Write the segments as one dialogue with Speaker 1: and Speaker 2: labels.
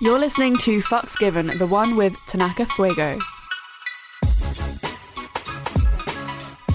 Speaker 1: You're listening to Fucks Given, the one with Tanaka Fuego.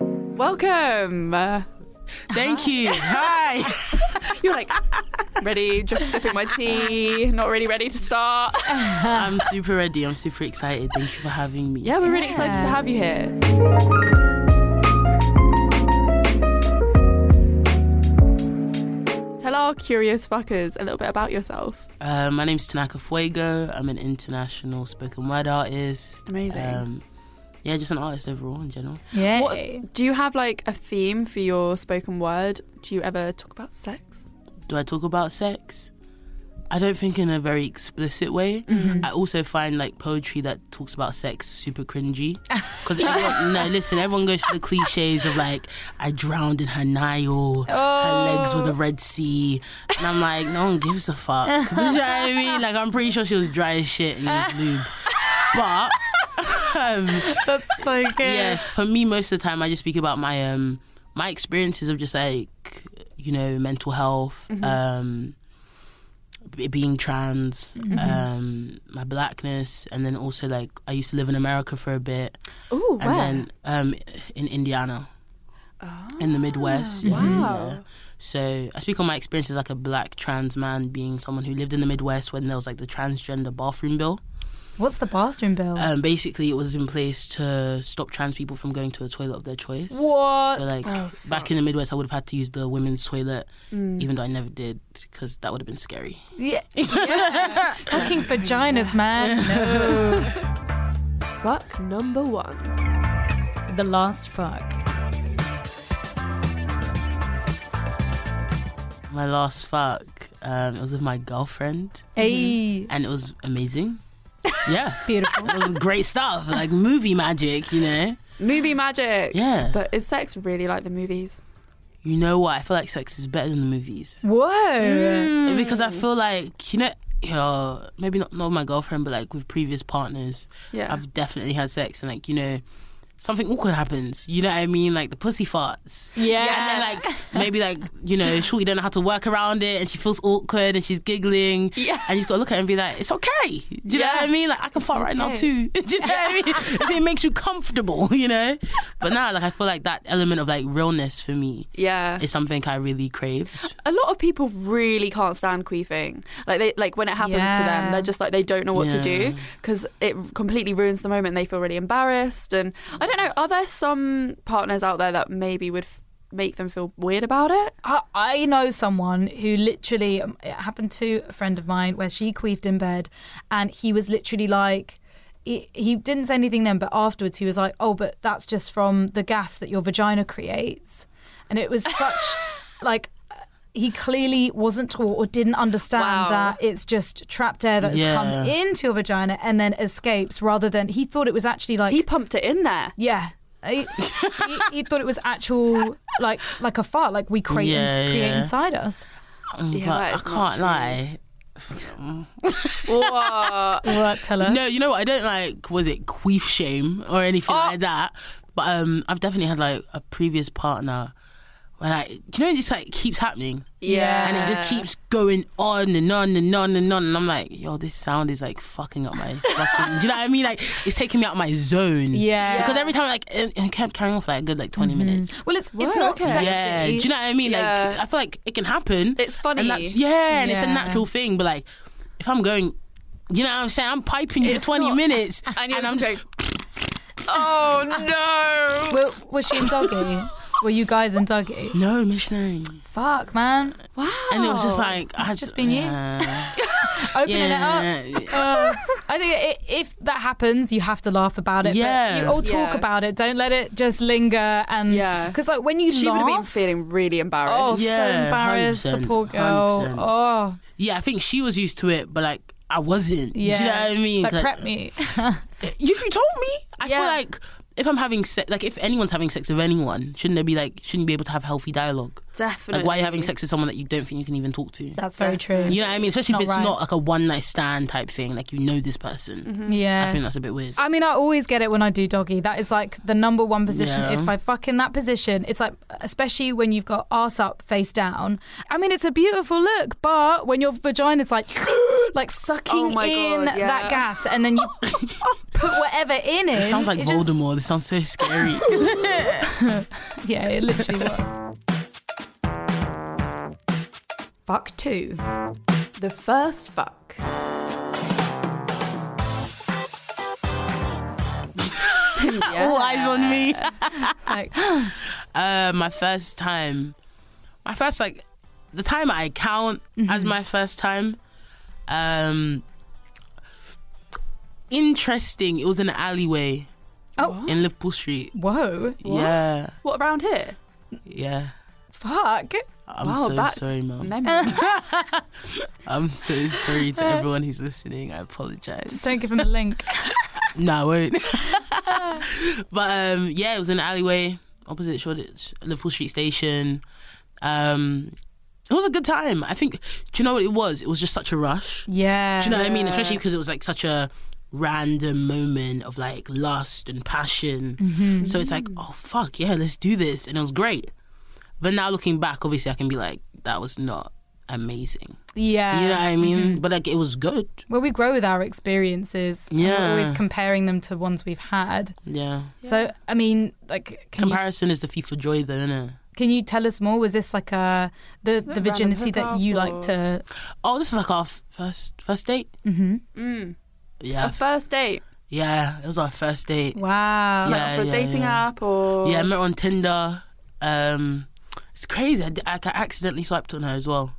Speaker 1: Welcome! Uh,
Speaker 2: Thank you. Hi.
Speaker 1: You're like, ready, just sipping my tea, not really ready to start.
Speaker 2: I'm super ready. I'm super excited. Thank you for having me.
Speaker 1: Yeah, we're really excited to
Speaker 3: Yeah.
Speaker 1: have you here. Tell our curious fuckers a little bit about yourself.
Speaker 2: Uh, my name's Tanaka Fuego. I'm an international spoken word artist.
Speaker 1: Amazing.
Speaker 2: Um, yeah, just an artist overall in general.
Speaker 3: Yeah.
Speaker 1: What, do you have like a theme for your spoken word? Do you ever talk about sex?
Speaker 2: Do I talk about sex? I don't think in a very explicit way. I also find like poetry that talks about sex super cringy. Because everyone, no, listen, everyone goes to the cliches of like, I drowned in her Nile,
Speaker 1: Oh,
Speaker 2: her legs were the Red Sea. And I'm like, no one gives a fuck. you know what I mean? Like, I'm pretty sure she was dry as shit and used lube. But, um,
Speaker 1: That's so good.
Speaker 2: yes, for me, most of the time, I just speak about my um my experiences of just like you know mental health, um, b- being trans, um, my blackness, and then also like I used to live in America for a bit,
Speaker 1: Ooh,
Speaker 2: and then um in Indiana, in the Midwest. yeah,
Speaker 1: Ah, wow.
Speaker 2: yeah. So I speak on my experience as like a black trans man being someone who lived in the Midwest when there was like the transgender bathroom bill.
Speaker 3: What's the bathroom bill?
Speaker 1: Oh.
Speaker 2: Um, basically, it was in place to stop trans people from going to a toilet of their choice.
Speaker 1: What? Oh,
Speaker 2: So, like, back in the Midwest, I would have had to use the women's toilet,
Speaker 1: Mm.
Speaker 2: even though I never did, because that would have been scary.
Speaker 3: yeah. fucking vaginas, man.
Speaker 1: Fuck number one.
Speaker 3: the last fuck.
Speaker 2: My last fuck, um, it was with my girlfriend,
Speaker 3: Hey.
Speaker 2: and it was amazing. Yeah.
Speaker 3: Beautiful.
Speaker 2: it was great stuff, like movie magic, you know?
Speaker 1: Movie magic.
Speaker 2: Yeah.
Speaker 1: But is sex really like the movies?
Speaker 2: You know what? I feel like sex is better than the movies.
Speaker 3: Whoa. Mm.
Speaker 1: Oh.
Speaker 2: Because
Speaker 1: Mm.
Speaker 2: I feel like, you know, uh, maybe not, not with my girlfriend, but like with previous partners,
Speaker 1: Yeah.
Speaker 2: I've definitely had sex and like you know something awkward happens. You know what I mean? Like the pussy farts.
Speaker 3: Yeah.
Speaker 2: And then like maybe like you know Shorty don't know how to work around it and she feels awkward and she's giggling.
Speaker 1: Yeah.
Speaker 2: And you just gotta look at her and be like, it's okay. Do you know
Speaker 1: Yeah.
Speaker 2: what I mean? Like I can fart right now too. Do you know what I mean? if it makes you comfortable, you know. But now like I feel like that element of like realness for me
Speaker 1: yeah.
Speaker 2: is something I really crave.
Speaker 1: a lot of people really can't stand queefing. Like they like when it happens to them,
Speaker 3: Yeah.
Speaker 1: they're just like they don't know what to
Speaker 2: Yeah.
Speaker 1: do because it completely ruins the moment. They feel really embarrassed, and I don't know. Are there some partners out there that maybe would f- make them feel weird about it?
Speaker 3: I, I know someone who literally um, it happened to a friend of mine where she queefed in bed, and he was literally like. He, he didn't say anything then, but afterwards he was like, "Oh, but that's just from the gas that your vagina creates," and it was such like he clearly wasn't taught or didn't understand
Speaker 1: Wow.
Speaker 3: that it's just trapped air that's
Speaker 2: Yeah.
Speaker 3: come into your vagina and then escapes, rather than he thought it was actually like
Speaker 1: He pumped it in there.
Speaker 3: yeah. He, he, he thought it was actual like like a fart, like we create,
Speaker 2: Yeah,
Speaker 3: create
Speaker 2: yeah.
Speaker 3: inside us.
Speaker 2: Um,
Speaker 1: Yeah, that is
Speaker 2: but
Speaker 1: not
Speaker 2: I can't
Speaker 1: true.
Speaker 2: lie.
Speaker 1: Whoa.
Speaker 3: What, tell her?
Speaker 2: No, you know what? I don't like was it queef shame or anything like that. But um, I've definitely had like a previous partner where like do you know it just like keeps happening
Speaker 1: yeah,
Speaker 2: and it
Speaker 1: Uh.
Speaker 2: just keeps going on and on and on and on and I'm like, yo, this sound is like fucking up my fucking. do you know what I mean? Like it's taking me out my zone.
Speaker 3: Yeah.
Speaker 2: Because every time like it, it kept carrying on for like a good like 20 minutes.
Speaker 3: Well, it's it's
Speaker 1: Right,
Speaker 3: not
Speaker 1: okay.
Speaker 3: sexy.
Speaker 2: Yeah, do you know what I mean?
Speaker 1: Yeah.
Speaker 2: Like I feel like it can happen.
Speaker 1: It's funny.
Speaker 2: And that's yeah, and it's a
Speaker 3: Yeah.
Speaker 2: natural thing. But like, if I'm going, you know what I'm saying? I'm piping you
Speaker 1: It's
Speaker 2: for 20
Speaker 1: not-
Speaker 2: minutes,
Speaker 1: And, you're
Speaker 2: I'm
Speaker 1: just going, oh no!
Speaker 3: Were, was she in doggy? Were you guys in doggy?
Speaker 2: no missionary.
Speaker 3: Fuck, man.
Speaker 1: Wow. Oh,
Speaker 2: And it was just like, I
Speaker 3: It's
Speaker 2: had
Speaker 3: just been you.
Speaker 2: Yeah.
Speaker 3: opening it up.
Speaker 2: Yeah.
Speaker 3: Uh, I think i if that happens, you have to laugh about it. but
Speaker 2: Yeah.
Speaker 3: you all talk
Speaker 1: Yeah.
Speaker 3: about it. Don't let it just linger. And
Speaker 1: Yeah.
Speaker 3: because like when you
Speaker 1: She would have been
Speaker 3: laugh,
Speaker 1: feeling really
Speaker 3: oh,
Speaker 1: embarrassed.
Speaker 3: so
Speaker 2: Yeah,
Speaker 3: embarrassed. The
Speaker 2: 100%,
Speaker 3: poor girl.
Speaker 2: 100%.
Speaker 3: Oh,
Speaker 2: Yeah, I think she was used to it, but like I wasn't.
Speaker 3: yeah.
Speaker 2: Do you know what I mean?
Speaker 3: Like,
Speaker 2: Like,
Speaker 3: prep me.
Speaker 2: if you told me, I feel
Speaker 1: Yeah.
Speaker 2: like if I'm having sex, like if anyone's having sex with anyone, shouldn't they be like, shouldn't you be able to have healthy dialogue?
Speaker 1: Definitely.
Speaker 2: Like, why are you having sex with someone that you don't think you can even talk to?
Speaker 3: That's very true.
Speaker 2: you know what I mean? Especially
Speaker 3: It's
Speaker 2: if
Speaker 3: not
Speaker 2: it's
Speaker 3: right.
Speaker 2: not like a one night stand type thing. Like you know this person.
Speaker 3: Yeah.
Speaker 2: I think that's a bit weird.
Speaker 3: Mm. I mean, I always get it when I do doggy. That is like the number one position.
Speaker 2: Yeah.
Speaker 3: If I fuck in that position, it's like, especially when you've got arse up, face down. I mean, it's a beautiful look, but when your vagina's like,
Speaker 1: Oh
Speaker 3: like sucking
Speaker 1: my
Speaker 3: in
Speaker 1: God, yeah.
Speaker 3: that gas, and then you put whatever in it.
Speaker 2: It sounds like
Speaker 3: it just-
Speaker 2: Voldemort. This sounds so scary.
Speaker 3: yeah, it literally was.
Speaker 4: Fuck two.
Speaker 1: The first fuck.
Speaker 2: All eyes on me.
Speaker 3: Like,
Speaker 2: Uh, my first time, my first like, the time I count as
Speaker 3: Mm-hmm.
Speaker 2: my first time. Um, interesting. It was in an alleyway
Speaker 3: oh,
Speaker 2: in Liverpool Street.
Speaker 3: whoa,
Speaker 2: Yeah,
Speaker 1: What around here?
Speaker 2: yeah.
Speaker 3: fuck.
Speaker 2: I'm
Speaker 1: Wow,
Speaker 2: so
Speaker 1: that-
Speaker 2: sorry, mum.
Speaker 1: Memory.
Speaker 2: I'm so sorry to everyone who's listening. I apologize.
Speaker 3: Don't give him a link.
Speaker 2: No, I won't. but um, yeah, it was in an alleyway opposite Shoreditch, Liverpool Street Station. Um, it was a good time. I think. Do you know what it was? It was just such a rush.
Speaker 3: Yeah.
Speaker 2: Do you know what I mean? Especially because it was like such a random moment of like lust and passion.
Speaker 3: Mm-hmm.
Speaker 2: So it's like, oh fuck, yeah, let's do this, and it was great. But now looking back, obviously, I can be like, that was not amazing.
Speaker 3: Yeah. Mm-hmm.
Speaker 2: You know what I mean? But like, it was good.
Speaker 3: Well, we grow with our experiences. and
Speaker 2: Yeah.
Speaker 3: We're always comparing them to ones we've had.
Speaker 2: Yeah.
Speaker 3: So, I mean, like, can, you,
Speaker 2: Comparison is the fee for joy, though, innit?
Speaker 3: can you tell us more? Was this like a the the
Speaker 1: random
Speaker 3: virginity that
Speaker 1: hookup
Speaker 3: you
Speaker 1: or-
Speaker 3: like to? mm-hmm.
Speaker 2: Oh, this is like our f- first first date.
Speaker 1: Mm.
Speaker 2: Yeah,
Speaker 1: A first date.
Speaker 2: yeah, it was our first date.
Speaker 3: Wow.
Speaker 1: Like
Speaker 2: Yeah,
Speaker 1: for a
Speaker 2: yeah,
Speaker 1: dating
Speaker 2: yeah.
Speaker 1: app or.
Speaker 2: Yeah, I met her on Tinder. Um, it's crazy. I, d- I ca- accidentally swiped on her as well.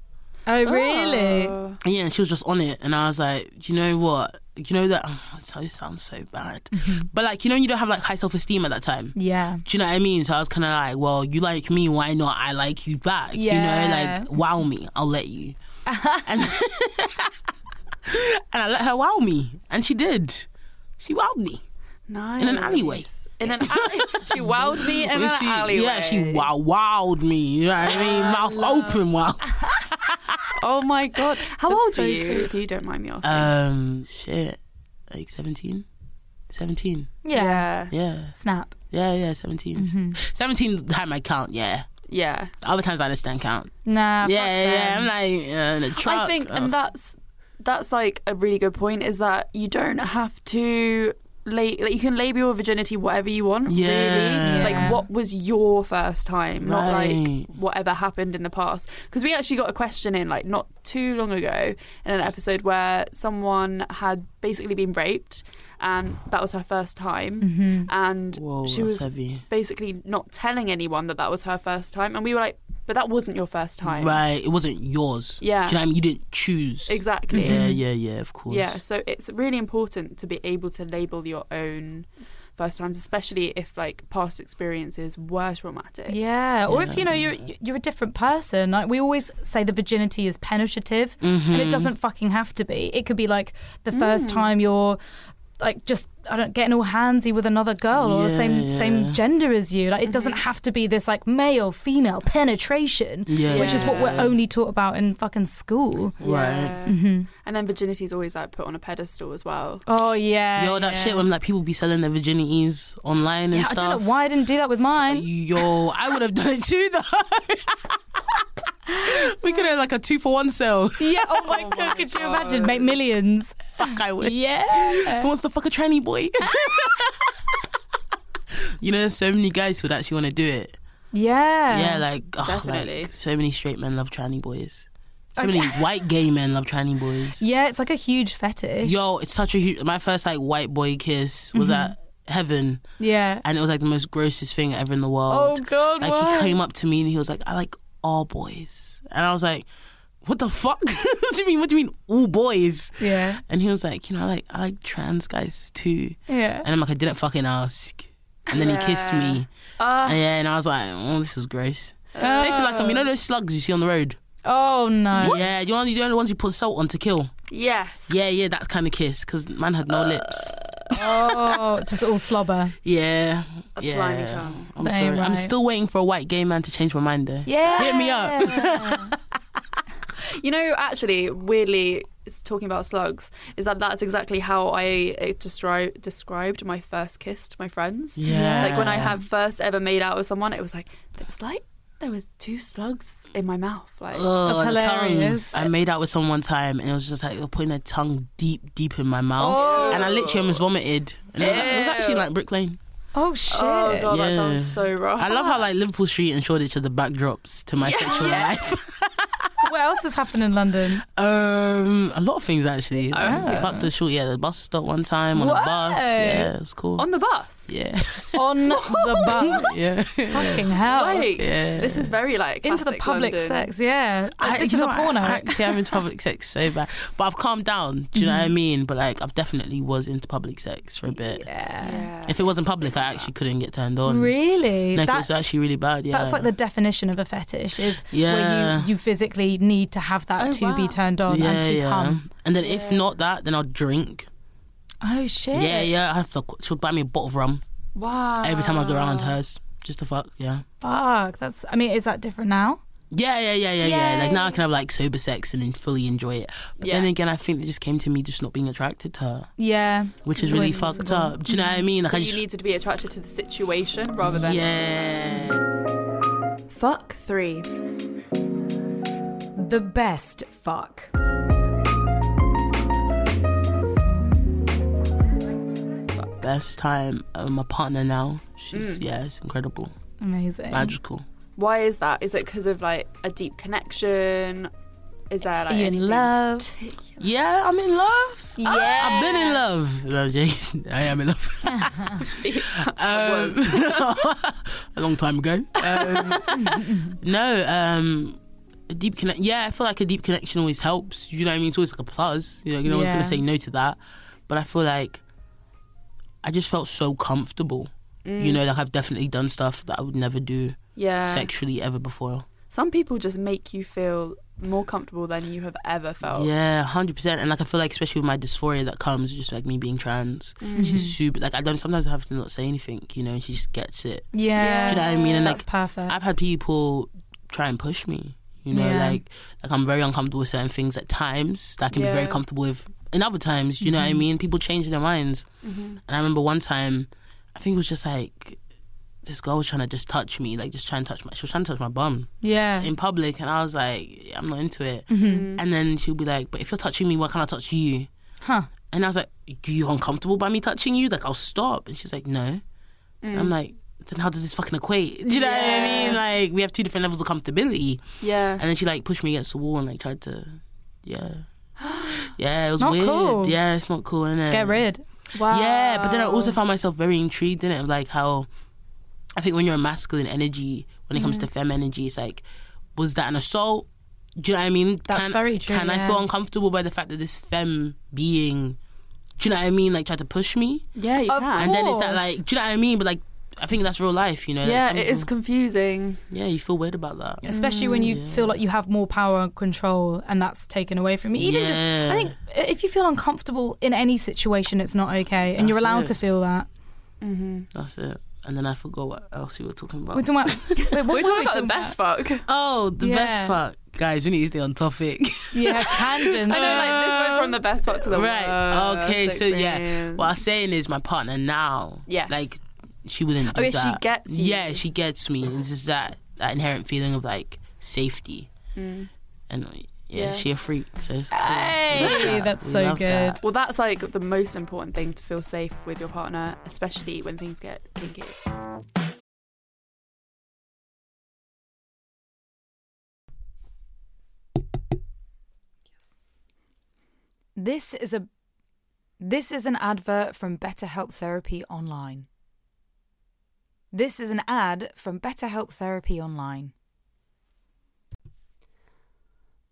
Speaker 3: Oh,
Speaker 1: Oh.
Speaker 3: really?
Speaker 2: And yeah, and she was just on it, and I was like, do you know what? You know that oh, so sounds so bad, but like you know, you don't have like high self esteem at that time.
Speaker 3: Yeah.
Speaker 2: Do you know what I mean? So I was kind of like, well, you like me, why not? I like you back.
Speaker 3: Yeah.
Speaker 2: You know, like wow me, I'll let you. and, and I let her wow me, and she did. She wowed me.
Speaker 1: Nice.
Speaker 2: in an alleyway.
Speaker 1: In an alley. she wowed me in an
Speaker 2: she,
Speaker 1: alleyway.
Speaker 2: Yeah, she wow wowed me. You know what I mean? Mouth open wow.
Speaker 1: Oh my god. How old
Speaker 3: so
Speaker 1: are you? If you don't mind me asking.
Speaker 2: Um, shit, like 17? 17.
Speaker 3: Yeah.
Speaker 2: Yeah,
Speaker 3: Snap.
Speaker 2: yeah, yeah. 17.
Speaker 3: Mm-hmm.
Speaker 2: 17 the time I count. Yeah.
Speaker 1: Yeah.
Speaker 2: Other times I just don't count.
Speaker 3: Nah. fuck
Speaker 2: yeah, yeah.
Speaker 3: them.
Speaker 2: I'm like uh, in a truck.
Speaker 1: I think,
Speaker 2: oh.
Speaker 1: and that's that's like a really good point. Is that you don't have to. La- like you can label your virginity whatever you want,
Speaker 2: Yeah.
Speaker 1: really.
Speaker 3: Yeah.
Speaker 1: Like, what was your first time? Not
Speaker 2: Right.
Speaker 1: like whatever happened in the past. Because we actually got a question in, like, not too long ago in an episode where someone had basically been raped and that was her first time.
Speaker 3: Mm-hmm.
Speaker 1: And
Speaker 2: Mm-hmm. Whoa,
Speaker 1: she
Speaker 2: that's
Speaker 1: was
Speaker 2: heavy.
Speaker 1: basically not telling anyone that that was her first time. And we were like, but that wasn't your first time.
Speaker 2: Right, it wasn't yours.
Speaker 1: Yeah.
Speaker 2: Do you know what I mean? You didn't choose.
Speaker 1: Exactly.
Speaker 2: Yeah,
Speaker 3: Mm-hmm.
Speaker 2: yeah, yeah. Of course.
Speaker 1: Yeah, so it's really important to be able to label your own first times, especially if like past experiences were traumatic.
Speaker 3: Yeah, or if you know you're you're a different person. Like we always say, the virginity is penetrative,
Speaker 2: Mm-hmm.
Speaker 3: and
Speaker 2: Hmm.
Speaker 3: it doesn't fucking have to be. It could be like the first time you're like just I don't getting all handsy with another girl or same
Speaker 2: Yeah. Mm-hmm.
Speaker 3: same gender as you. Like it doesn't have to be this like male female penetration,
Speaker 2: Yeah.
Speaker 3: which is what we're
Speaker 1: Yeah.
Speaker 3: only taught about in fucking school. Mm-hmm.
Speaker 2: Right.
Speaker 1: Mm. And then virginity is always like put on a pedestal as well.
Speaker 3: Oh yeah,
Speaker 2: Yo,
Speaker 3: yeah.
Speaker 2: that shit when like people be selling their virginities online
Speaker 3: Yeah,
Speaker 2: and
Speaker 3: I
Speaker 2: stuff.
Speaker 3: don't know why I didn't do that with mine.
Speaker 2: Yo, I would have done it too though. we could have like a two for one sale.
Speaker 3: yeah. Oh my god, could you imagine? Make millions.
Speaker 2: Fuck, I would.
Speaker 3: Yeah.
Speaker 2: Who wants to fuck a tranny boy? you know, there's so many guys who would actually want to do it.
Speaker 3: Yeah.
Speaker 2: yeah, like, ugh,
Speaker 1: definitely.
Speaker 2: like so many straight men love tranny boys. So many white gay men love tranny boys.
Speaker 3: Yeah, it's like a huge fetish.
Speaker 2: Yo, it's such a huge. My first like white boy kiss was
Speaker 3: Mm-hmm.
Speaker 2: at Heaven,
Speaker 3: Yeah. Oh,
Speaker 2: and it was like the most grossest thing ever in the world.
Speaker 3: God,
Speaker 2: Like he came up to me and he was like, I like all boys. And I was like, what the fuck? what do you mean? What do you mean, all boys?
Speaker 3: Yeah.
Speaker 2: And he was like, you know, I like I like trans guys too.
Speaker 3: Yeah.
Speaker 2: And I'm like, I didn't fucking ask. And then he kissed
Speaker 1: Yeah.
Speaker 2: me.
Speaker 1: Ah.
Speaker 2: And yeah, and I was like, oh, this is gross. Tasted like um, you know those slugs you see on the road.
Speaker 3: Oh no.
Speaker 2: Yeah, you're only the only ones you put salt on to kill.
Speaker 1: yes.
Speaker 2: Yeah, yeah, that kind of kiss because man had
Speaker 1: Uh,
Speaker 2: no lips.
Speaker 3: Oh, just all slobber.
Speaker 2: Yeah,
Speaker 1: A
Speaker 2: yeah.
Speaker 1: slimy tongue.
Speaker 2: I'm
Speaker 3: That ain't
Speaker 2: sorry. I'm
Speaker 3: right.
Speaker 2: still waiting for a white gay man to change my mind there.
Speaker 3: Yeah.
Speaker 2: Hit me up.
Speaker 1: You know, actually, weirdly, s- talking about slugs, is that that's exactly how I uh, destri- described my first kiss to my friends.
Speaker 2: Yeah.
Speaker 1: Like when I had first ever made out with someone, it was like, it was like there was two slugs in my mouth. Like,
Speaker 2: Oh,
Speaker 3: That's
Speaker 2: the
Speaker 3: hilarious.
Speaker 2: tongues. I made out with someone one time and it was just like they were putting their tongue deep, deep in my mouth.
Speaker 3: Oh.
Speaker 2: And I literally almost vomited. And it was, like, it was actually in, like Brick Lane.
Speaker 3: Oh shit.
Speaker 1: oh god, that
Speaker 2: Yeah.
Speaker 1: sounds so wrong.
Speaker 2: I love how like Liverpool Street and Shoreditch are the backdrops to my sexual life.
Speaker 3: So what else has happened in London?
Speaker 2: Um, a lot of things actually. Like,
Speaker 3: Oh.
Speaker 2: Fucked the short, yeah, the bus stop one time on
Speaker 3: Whoa.
Speaker 2: a bus. Yeah, it was cool.
Speaker 1: on the bus.
Speaker 2: yeah,
Speaker 3: On the bus.
Speaker 2: yeah,
Speaker 3: Fucking hell.
Speaker 1: Wait,
Speaker 2: yeah.
Speaker 1: this is very like
Speaker 3: Into the
Speaker 1: classic
Speaker 3: public
Speaker 1: London.
Speaker 3: sex, yeah.
Speaker 2: I-
Speaker 3: this
Speaker 2: you
Speaker 3: is a
Speaker 2: know, I-
Speaker 3: porno.
Speaker 2: I, actually, I'm into public sex so bad, but I've calmed down. Do you know
Speaker 3: Mm-hmm.
Speaker 2: what I mean? But like, I've definitely was into public sex for a bit.
Speaker 3: yeah.
Speaker 1: Yeah.
Speaker 2: If it wasn't public, I actually couldn't get turned on.
Speaker 3: Really?
Speaker 2: Like, it
Speaker 3: That-
Speaker 2: was actually really bad. Yeah,
Speaker 3: That's like the definition of a fetish is where
Speaker 2: Yeah.
Speaker 3: you, you physically need to have that
Speaker 1: Oh,
Speaker 3: to be
Speaker 1: wow.
Speaker 3: turned on
Speaker 2: yeah,
Speaker 3: and to
Speaker 2: yeah.
Speaker 3: come.
Speaker 2: And then if not that, then I'll drink.
Speaker 3: Oh shit.
Speaker 2: Yeah, yeah. I have to. She'll buy me a bottle of rum
Speaker 1: Wow.
Speaker 2: every time I go
Speaker 3: Oh.
Speaker 2: around hers, just to fuck. Yeah.
Speaker 3: Fuck. That's I mean, is that different now?
Speaker 2: Yeah, yeah, yeah, yeah, yeah. Like now I
Speaker 3: Yay.
Speaker 2: can have like sober sex and then fully enjoy it. But
Speaker 1: Yeah.
Speaker 2: then again, I think it just came to me just not being attracted to her,
Speaker 3: Yeah.
Speaker 2: which is
Speaker 3: It's
Speaker 2: really
Speaker 3: always
Speaker 2: fucked
Speaker 3: possible.
Speaker 2: up. Do you know
Speaker 3: Mm-hmm.
Speaker 2: what I mean? Like
Speaker 1: So
Speaker 2: I
Speaker 1: you
Speaker 2: just
Speaker 1: needed to be attracted to the situation rather than
Speaker 2: yeah.
Speaker 1: fuck three.
Speaker 5: The best fuck.
Speaker 2: Best time. Uh, my partner now. She's
Speaker 3: Mm.
Speaker 2: yeah, it's incredible,
Speaker 3: Amazing.
Speaker 2: magical.
Speaker 1: Why is that? Is it because of like a deep connection? Is there
Speaker 3: Are
Speaker 1: like
Speaker 3: you in
Speaker 1: anything-
Speaker 3: love?
Speaker 2: Yeah, I'm in love.
Speaker 3: Yeah.
Speaker 2: I've been in love. No, I'm joking. I am in love. Um, a long time ago. Um, no, um, a deep connect. Yeah, I feel like a deep connection always helps. You know what I mean? It's always like a plus. You know, no one's
Speaker 3: Yeah.
Speaker 2: gonna say no to that. But I feel like I just felt so comfortable.
Speaker 3: Mm.
Speaker 2: You know, like I've definitely done stuff that I would never do
Speaker 1: Mm,
Speaker 3: Uh.
Speaker 1: Yeah.
Speaker 2: sexually ever before.
Speaker 1: Some people just make you feel more comfortable than you have ever felt.
Speaker 2: Yeah, hundred percent. And like I feel like especially with my dysphoria that comes just like me being trans.
Speaker 1: Mm-hmm.
Speaker 3: Mm.
Speaker 2: She's super like I don't sometimes I have to not say anything, you know, and she just gets it.
Speaker 3: Yeah.
Speaker 2: Do you know what I mean? And,
Speaker 3: That's
Speaker 2: like,
Speaker 3: perfect.
Speaker 2: I've had people try and push me. You know,
Speaker 3: Yeah.
Speaker 2: like like I'm very uncomfortable with certain things at times that I can be very
Speaker 1: Yeah.
Speaker 2: comfortable with and other times, you know what
Speaker 3: Mm-hmm.
Speaker 2: I mean? People change their minds. And I remember one time, I think it was just like this girl was trying to just touch me, like just trying to touch my she was trying to touch my bum
Speaker 3: yeah. Mm-hmm. Mm.
Speaker 2: in public and I was like, I'm not into it.
Speaker 1: Mm. Mm-hmm.
Speaker 2: And then she'll be like, But if you're touching me, why can't I touch you?
Speaker 3: Huh.
Speaker 2: And I was like, You uncomfortable by me touching you? Like I'll stop and she's like, No.
Speaker 1: Mm-hmm.
Speaker 3: Mm.
Speaker 2: I'm like, then how does this fucking equate? Do you know what I mean? Like we have two different levels of comfortability.
Speaker 1: Yeah.
Speaker 2: And then she like pushed me against the wall and like tried to Yeah. Yeah, it was
Speaker 3: Not
Speaker 2: weird.
Speaker 3: cool.
Speaker 2: Yeah, it's not cool, innit?
Speaker 3: Get rid.
Speaker 1: Wow.
Speaker 2: Yeah, but then I also found myself very intrigued in it, like how I think when you're a masculine energy, when it comes
Speaker 3: Mm-hmm.
Speaker 2: to fem energy, it's like, was that an assault? Do you know what I mean?
Speaker 3: That's very true,
Speaker 2: Can I
Speaker 3: yeah.
Speaker 2: feel uncomfortable by the fact that this fem being, do you know what I mean? Like tried to push me,
Speaker 1: Yeah, you
Speaker 3: Of
Speaker 1: can.
Speaker 2: and then it's
Speaker 3: course.
Speaker 2: that like, do you know what I mean? But like, I think that's real life, you know? Like,
Speaker 1: yeah,
Speaker 2: some
Speaker 1: it is
Speaker 2: people-
Speaker 1: confusing.
Speaker 2: Yeah, you feel weird about that.
Speaker 3: Mm. Especially when you feel like you have more power and control and that's taken away from you. Even just
Speaker 2: Yeah.
Speaker 3: I think if you feel uncomfortable in any situation it's not okay and you're
Speaker 2: That's
Speaker 3: allowed
Speaker 2: it.
Speaker 3: to feel that.
Speaker 1: Mm-hmm.
Speaker 2: that's it. And then I forgot what else we were talking about.
Speaker 3: We're talking about wait, what
Speaker 1: We're
Speaker 3: were
Speaker 1: talking
Speaker 3: we
Speaker 1: about the best fuck.
Speaker 2: oh, the
Speaker 3: Yeah.
Speaker 2: best fuck, guys. We need to stay on topic.
Speaker 3: Yes, tangents.
Speaker 1: I know, like this went from the best fuck to the
Speaker 2: Um, right.
Speaker 1: worst.
Speaker 2: Okay. So yeah,
Speaker 1: experience.
Speaker 2: what I'm saying is my partner now.
Speaker 1: Yes.
Speaker 2: Like she wouldn't. Do
Speaker 1: Oh, yeah, she
Speaker 2: that.
Speaker 1: gets you.
Speaker 2: Yeah, she gets me. It's just that that inherent feeling of like safety,
Speaker 1: Mm.
Speaker 2: and uh, yeah,
Speaker 1: Yeah.
Speaker 2: she a freak. So it's cool.
Speaker 3: Hey,
Speaker 2: Love that.
Speaker 3: that's
Speaker 2: We
Speaker 3: so
Speaker 2: love that.
Speaker 3: good.
Speaker 1: Well, that's like the most important thing to feel safe with your partner, especially when things get kinky.
Speaker 5: This is a This is an advert from BetterHelp Therapy Online. This is an ad from BetterHelp Therapy Online.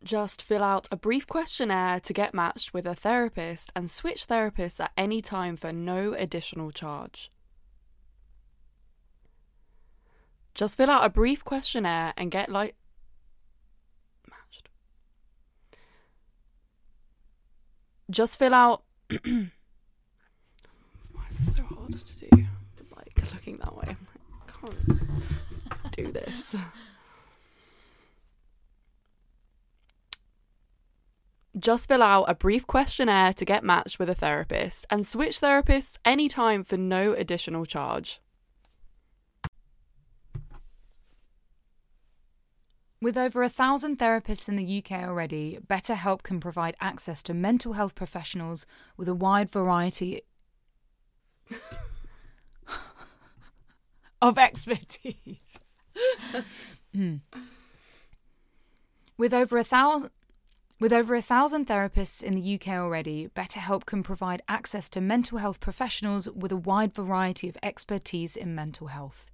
Speaker 1: Just fill out a brief questionnaire to get matched with a therapist and switch therapists at any time for no additional charge. Just fill out a brief questionnaire and get like matched. Just fill out Why is this so hard to do? Like looking that way. I can't do this. Just fill out a brief questionnaire to get matched with a therapist and switch therapists anytime for no additional charge.
Speaker 3: With over a thousand therapists in the UK already, BetterHelp can provide access to mental health professionals with a wide variety of expertise. Mm. With over a thousand. With over a thousand therapists in the UK already, BetterHelp can provide access to mental health professionals with a wide variety of expertise in mental health.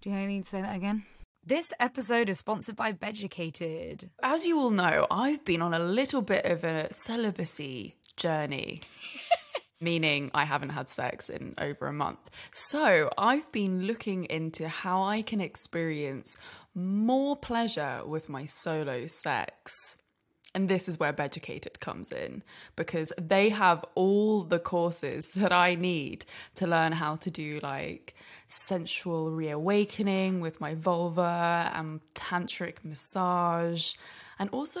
Speaker 3: Do you think I need to say that again? This episode is sponsored by Beducated.
Speaker 1: As you all know, I've been on a little bit of a celibacy journey, meaning I haven't had sex in over a month. So I've been looking into how I can experience more pleasure with my solo sex. And this is where Beducated comes in because they have all the courses that I need to learn how to do like sensual reawakening with my vulva and tantric massage. And also,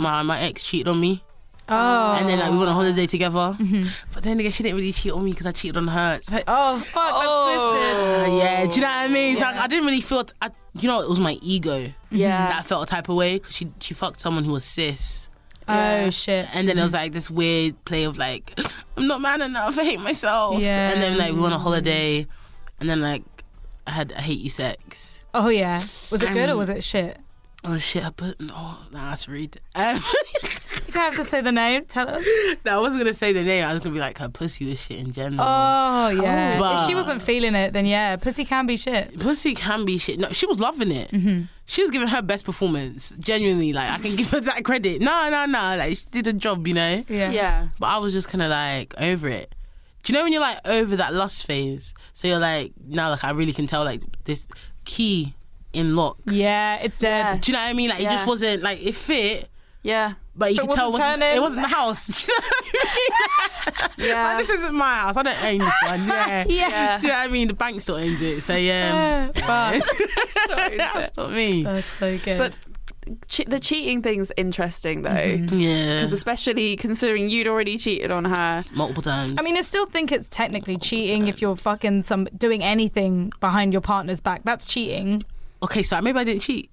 Speaker 2: my my ex cheated on me,
Speaker 3: Oh. Mm-hmm.
Speaker 2: and then like we went on holiday together. But then again, she didn't really cheat on me because I cheated on her. It's like,
Speaker 3: Oh fuck! That's twisted.
Speaker 2: uh, yeah, do you know what I mean? So I, I didn't really feel. T- I, you know, it was my ego
Speaker 3: Mm-hmm.
Speaker 6: Yeah.
Speaker 2: that felt a type of way because she she fucked someone who was cis,
Speaker 3: Oh
Speaker 6: Yeah.
Speaker 3: shit.
Speaker 2: and then it was
Speaker 3: Mm-hmm.
Speaker 2: like this weird play of like, I'm not man enough. I hate myself.
Speaker 3: Yeah.
Speaker 2: And then like we went on holiday, and then like I had I hate you sex.
Speaker 3: Oh yeah. Was it good or
Speaker 2: Um,
Speaker 3: was it shit?
Speaker 2: Oh shit! I put no. Nah, that's rude. Um,
Speaker 3: You don't have to say the name. Tell us.
Speaker 2: no, I wasn't gonna say the name. I was gonna be like her pussy was shit in general.
Speaker 3: Oh yeah.
Speaker 2: But-
Speaker 3: if she wasn't feeling it, then yeah, pussy can be shit.
Speaker 2: pussy can be shit. No, she was loving it. She was giving her best performance. Genuinely, like I can give her that credit. No, no, no. Like she did a job, you know.
Speaker 3: Yeah.
Speaker 6: Yeah.
Speaker 2: But I was just kind of like over it. Do you know when you're like over that lust phase? So you're like now, like I really can tell, like this key in lock.
Speaker 3: Yeah, it's dead.
Speaker 2: Do you know what I mean? Like it
Speaker 6: Yeah.
Speaker 2: just wasn't like it fit.
Speaker 6: Yeah.
Speaker 2: But you
Speaker 3: But
Speaker 2: could tell
Speaker 3: wasn't
Speaker 2: wasn't,
Speaker 3: turning.
Speaker 2: it wasn't the house. Do you know what I mean?
Speaker 6: Yeah.
Speaker 2: Like, this isn't my house. I don't own this one. Yeah.
Speaker 6: Yeah.
Speaker 2: Do you know what I mean? The bank still owns it. So yeah,
Speaker 3: Yeah. Fuck.
Speaker 2: that's not me.
Speaker 3: That's so good.
Speaker 6: But- che- the cheating thing's interesting though.
Speaker 3: Mm-hmm.
Speaker 2: Yeah.
Speaker 6: Because especially considering you'd already cheated on her.
Speaker 2: multiple times.
Speaker 3: I mean, I still think it's technically cheating if you're fucking some doing anything behind your partner's back. That's cheating.
Speaker 2: okay, so maybe I didn't cheat.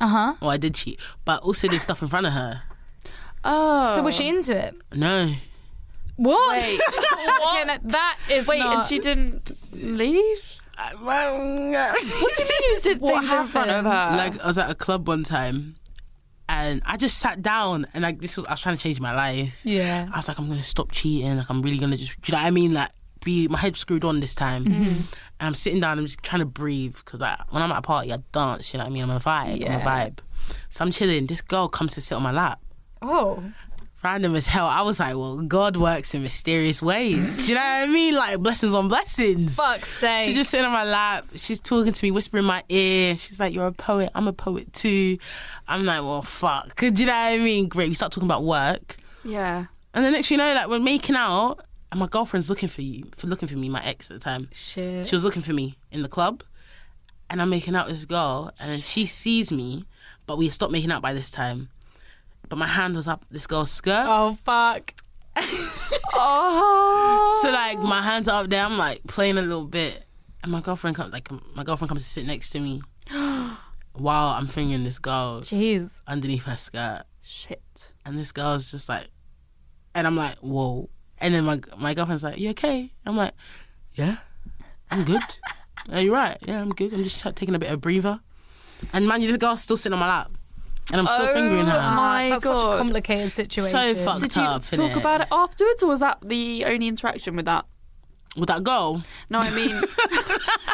Speaker 3: Uh
Speaker 6: Uh-huh.
Speaker 3: huh.
Speaker 2: Oh, I did cheat, but I also did stuff in front of her.
Speaker 6: Oh.
Speaker 3: So was she into it?
Speaker 2: No,
Speaker 3: What?
Speaker 6: Wait.
Speaker 3: Fucking- that is
Speaker 6: Wait,
Speaker 3: not-
Speaker 6: and she didn't leave?
Speaker 2: like
Speaker 6: What do you mean you did
Speaker 3: What
Speaker 6: things in front of
Speaker 3: happened?
Speaker 6: her?
Speaker 2: I was at a club one time, and I just sat down and like this was I was trying to change my life.
Speaker 3: Yeah.
Speaker 2: I was like, I'm gonna stop cheating. Like I'm really gonna just, do you know what I mean? Like be my head screwed on this time.
Speaker 3: Mm-hmm.
Speaker 2: And I'm sitting down. I'm just trying to breathe because like when I'm at a party, I dance. You know what I mean? I'm a vibe. I'm
Speaker 3: Yeah.
Speaker 2: a vibe. So I'm chilling. This girl comes to sit on my lap.
Speaker 3: Oh.
Speaker 2: random as hell. I was like, well, God works in mysterious ways. Do you know what I mean? Like blessings on blessings.
Speaker 3: Fuck's sake.
Speaker 2: She's just sitting on my lap. She's talking to me, whispering in my ear. She's like, "You're a poet. I'm a poet too." I'm like, "Well, fuck." Do you know what I mean? Great. We start talking about work,
Speaker 6: Yeah.
Speaker 2: and the next thing you know, like we're making out, and my girlfriend's looking for you, for looking for me, my ex at the time.
Speaker 3: Shit.
Speaker 2: She was looking for me in the club, and I'm making out with this girl, and then she sees me, but we stopped making out by this time. But my hand was up this girl's skirt.
Speaker 3: oh fuck.
Speaker 6: Oh.
Speaker 2: So like my hands are up there, I'm like playing a little bit, and my girlfriend comes like my girlfriend comes to sit next to me while I'm fingering this girl
Speaker 3: Jeez.
Speaker 2: underneath her skirt,
Speaker 6: Shit.
Speaker 2: and this girl's just like, and I'm like whoa, and then my my girlfriend's like you okay? I'm like yeah, I'm good. Are you right? Yeah, I'm good. I'm just taking a bit of breather, and mind you, this girl's still sitting on my lap, and I'm still
Speaker 6: Oh
Speaker 2: fingering her.
Speaker 6: my
Speaker 3: That's such a
Speaker 6: God.
Speaker 3: complicated situation.
Speaker 2: So fucked
Speaker 6: Did you
Speaker 2: up.
Speaker 6: talk
Speaker 2: innit?
Speaker 6: about it afterwards, or was that the only interaction with that?
Speaker 2: with that girl?
Speaker 6: No, I mean,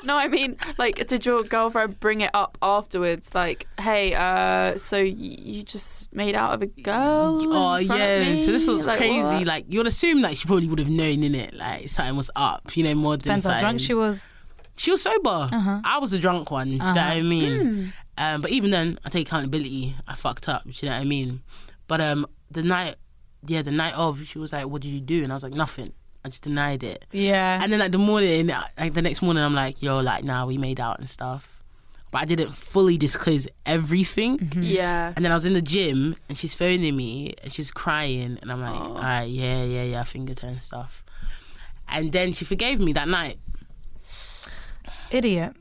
Speaker 6: no, I mean, like, did your girlfriend bring it up afterwards? Like, hey, uh, so y- you just made out of a girl? in
Speaker 2: Oh
Speaker 6: front of
Speaker 2: yeah, so this
Speaker 6: me?
Speaker 2: was
Speaker 6: Like,
Speaker 2: crazy.
Speaker 6: what?
Speaker 2: Like you would assume that she probably would have known in it, like something was up. You know more than
Speaker 3: Depends how
Speaker 2: something.
Speaker 3: drunk she was.
Speaker 2: She was sober.
Speaker 6: Uh-huh.
Speaker 2: I was a drunk one. Do you know what I mean?
Speaker 6: Hmm.
Speaker 2: Um, but even then, I take accountability. I fucked up. Do you know what I mean? But um, the night, yeah, the night of, she was like, "What did you do?" And I was like, "Nothing. I just denied it."
Speaker 3: Yeah.
Speaker 2: And then like the morning, like the next morning, I'm like, "Yo, like nah, we made out and stuff." But I didn't fully disclose everything.
Speaker 6: Mm-hmm. yeah,
Speaker 2: And then I was in the gym and she's phoning me and she's crying and I'm like, all right, yeah, yeah, yeah, I fingered her and stuff. And then she forgave me that night.
Speaker 3: Idiot.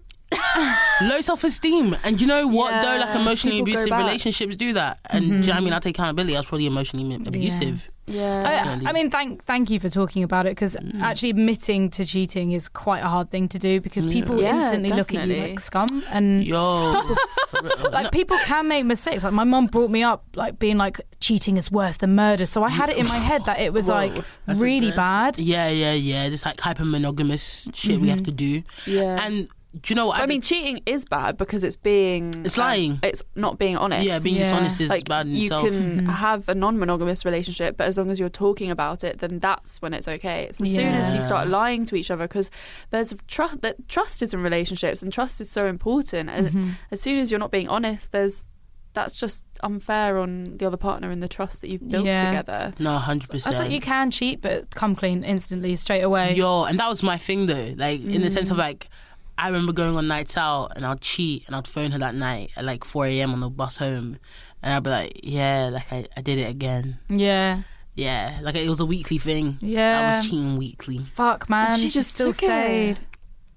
Speaker 2: Low self esteem. And you know what
Speaker 6: Yeah,
Speaker 2: though? Like emotionally
Speaker 6: people go
Speaker 2: abusive
Speaker 6: back. Mm-hmm.
Speaker 2: relationships do that. And do you know what I mean? I take accountability. I was probably emotionally m- abusive.
Speaker 6: yeah,
Speaker 3: I,
Speaker 2: Definitely.
Speaker 3: I mean, thank thank you for talking about it because actually admitting to cheating is quite a hard thing to do because people
Speaker 6: Yeah,
Speaker 3: instantly look at you
Speaker 6: definitely.
Speaker 3: like scum and
Speaker 2: Yo. for real.
Speaker 3: like people can make mistakes. Like my mom brought me up like being like cheating is worse than murder, so I had it in my head that it was
Speaker 2: Whoa,
Speaker 3: like
Speaker 2: that's
Speaker 3: really
Speaker 2: aggressive.
Speaker 3: bad.
Speaker 2: Yeah, yeah, yeah. This like hyper monogamous shit we have to do.
Speaker 6: Mm-hmm. yeah.
Speaker 2: And do you know what?
Speaker 6: I
Speaker 2: did-
Speaker 6: mean, cheating is bad because it's being
Speaker 2: It's lying.
Speaker 6: It's not being honest.
Speaker 2: yeah, being
Speaker 3: Yeah.
Speaker 2: dishonest is
Speaker 6: like
Speaker 2: bad in
Speaker 6: you
Speaker 2: itself.
Speaker 6: can have a non-monogamous relationship, but as long as you're talking about it, then that's when it's okay. It's as soon as you
Speaker 2: Yeah.
Speaker 6: start lying to each other because there's trust that trust is in relationships, and trust is so important. And as soon as you're not being honest, there's that's just unfair on the other partner and the trust that you've built
Speaker 3: Yeah.
Speaker 6: together.
Speaker 2: no, 100%.
Speaker 3: That's like you can cheat, but come clean instantly straight away.
Speaker 2: Yo, and that was my thing though. Like in the sense of like, I remember going on nights out and I'd cheat and I'd phone her that night at like 4 a.m. on the bus home, and I'd be like, yeah, like I, I did it again.
Speaker 3: Yeah.
Speaker 2: Yeah, like it was a weekly thing. I
Speaker 3: Yeah.
Speaker 2: was cheating weekly.
Speaker 3: Fuck, man.
Speaker 6: She
Speaker 3: She,
Speaker 6: just
Speaker 3: just still
Speaker 6: took it.
Speaker 3: stayed.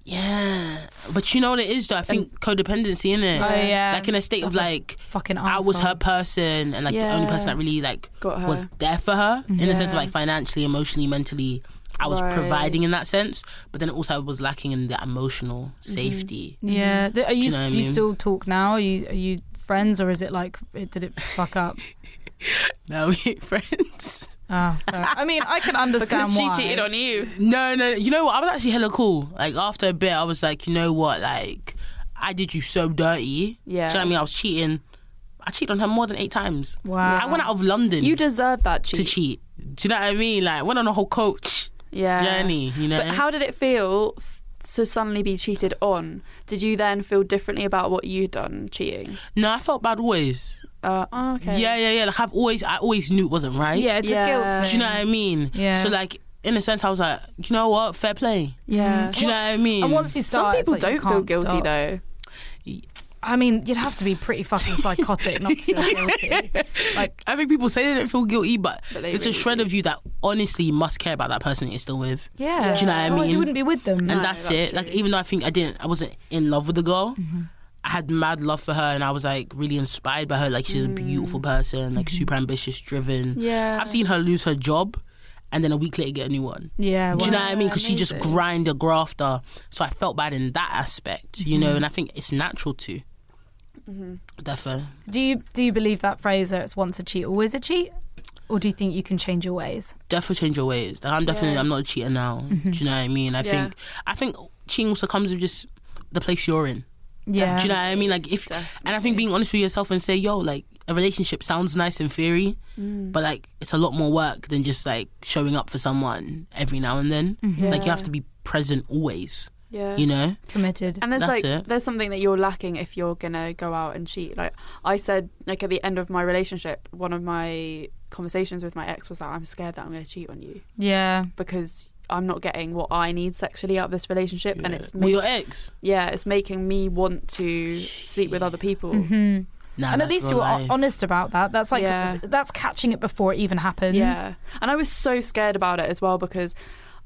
Speaker 2: Yeah, but you know what it is though. I think codependency, innit?
Speaker 3: Oh, yeah.
Speaker 2: Like in a state of like,
Speaker 3: Fucking
Speaker 2: I was her
Speaker 3: arsehole.
Speaker 2: person, and like the only person that really like
Speaker 6: Got her.
Speaker 2: was there for her in the sense of
Speaker 6: Yeah.
Speaker 2: like financially, emotionally, mentally. I was
Speaker 6: Right.
Speaker 2: providing in that sense, but then also I was lacking in the emotional
Speaker 6: Mm-hmm.
Speaker 2: safety.
Speaker 3: Yeah. Do- Are you, do,
Speaker 2: Mm-hmm. you know what I
Speaker 3: you
Speaker 2: mean?
Speaker 3: still talk now? Are you, are you friends or is it like, it, did it fuck up?
Speaker 2: No, we ain't friends.
Speaker 3: Oh, fair. I mean, I can understand
Speaker 6: Because she
Speaker 3: why.
Speaker 6: cheated on you.
Speaker 2: No, no. You know what? I was actually hella cool. Like after a bit, I was like, you know what? Like I did you so dirty.
Speaker 6: Yeah.
Speaker 2: Do you know what I mean? I was cheating. I cheated on her more than eight times.
Speaker 3: Wow.
Speaker 2: I went out of London
Speaker 6: You deserve that cheat.
Speaker 2: to cheat. Do you know what I mean? Like went on a whole coach
Speaker 6: yeah.
Speaker 2: journey. You know.
Speaker 6: But how did it feel f- to suddenly be cheated on? Did you then feel differently about what you'd done cheating?
Speaker 2: no, I felt bad always.
Speaker 6: Uh, oh, okay.
Speaker 2: Yeah, yeah, yeah. Like I've always, I always knew it wasn't right.
Speaker 3: Yeah, it's
Speaker 6: Yeah.
Speaker 3: a guilt
Speaker 2: Do
Speaker 3: thing.
Speaker 2: you know what I mean?
Speaker 3: Yeah.
Speaker 2: So like in a sense, I was like, you know what? Fair play.
Speaker 6: Yeah.
Speaker 2: Do you know what I mean?
Speaker 3: and once you
Speaker 6: Some
Speaker 3: start, it's
Speaker 6: people
Speaker 3: like you
Speaker 6: don't feel
Speaker 3: can't
Speaker 6: guilty
Speaker 3: stop.
Speaker 6: though.
Speaker 3: I mean, you'd have to be pretty fucking psychotic not to feel guilty. Like,
Speaker 2: I think people say they don't feel guilty, but,
Speaker 6: But they
Speaker 2: there's a
Speaker 6: really
Speaker 2: shred
Speaker 6: do.
Speaker 2: of you that honestly must care about that person you're still with.
Speaker 3: yeah.
Speaker 6: Do you know what I
Speaker 3: Otherwise
Speaker 2: mean?
Speaker 3: you wouldn't be with them.
Speaker 2: and that's,
Speaker 6: that's
Speaker 2: it. Like even though I think I didn't, I wasn't in love with the girl.
Speaker 3: Mm-hmm.
Speaker 2: I had mad love for her, and I was like really inspired by her. Like she's a
Speaker 3: Mm.
Speaker 2: beautiful person, like
Speaker 3: Mm-hmm.
Speaker 2: super ambitious, driven.
Speaker 6: Yeah.
Speaker 2: I've seen her lose her job, and then a week later get a new one.
Speaker 3: yeah.
Speaker 2: Do you know
Speaker 3: well,
Speaker 2: what I mean? Because she just grind a grafter. So I felt bad in that aspect, you
Speaker 6: Mm-hmm.
Speaker 2: know. And I think it's natural to. Definitely.
Speaker 3: do you do you believe that phrase that it's once a cheat, always a cheat? Or do you think you can change your ways?
Speaker 2: definitely change your ways. Like I'm definitely
Speaker 6: Yeah. Mm-hmm.
Speaker 2: I'm not a cheater now. Do you know what I mean? I
Speaker 6: Yeah.
Speaker 2: think I think cheating also comes with just the place you're in.
Speaker 3: Yeah.
Speaker 2: Do you know what I mean? Like if and I think being honest with yourself and say, yo, like a relationship sounds nice in theory,
Speaker 6: Mm.
Speaker 2: but like it's a lot more work than just like showing up for someone every now and then. Like you have
Speaker 6: Yeah.
Speaker 2: to be present always.
Speaker 6: Yeah.
Speaker 2: You know?
Speaker 3: Committed.
Speaker 6: And there's
Speaker 2: That's
Speaker 6: like
Speaker 2: it.
Speaker 6: there's something that you're lacking if you're gonna go out and cheat. Like I said, like at the end of my relationship, one of my conversations with my ex was like, "I'm scared that I'm gonna cheat on you
Speaker 3: Yeah.
Speaker 6: because I'm not getting what I need sexually out of this relationship, and it's
Speaker 2: Well
Speaker 6: ma-
Speaker 2: your ex.
Speaker 6: yeah, it's making me want to sleep with other people.
Speaker 2: Nah,
Speaker 3: and at
Speaker 2: that's
Speaker 3: least
Speaker 2: real
Speaker 3: you were
Speaker 2: life.
Speaker 3: honest about that. That's like
Speaker 6: Yeah.
Speaker 3: that's catching it before it even happens.
Speaker 6: Yeah, and I was so scared about it as well because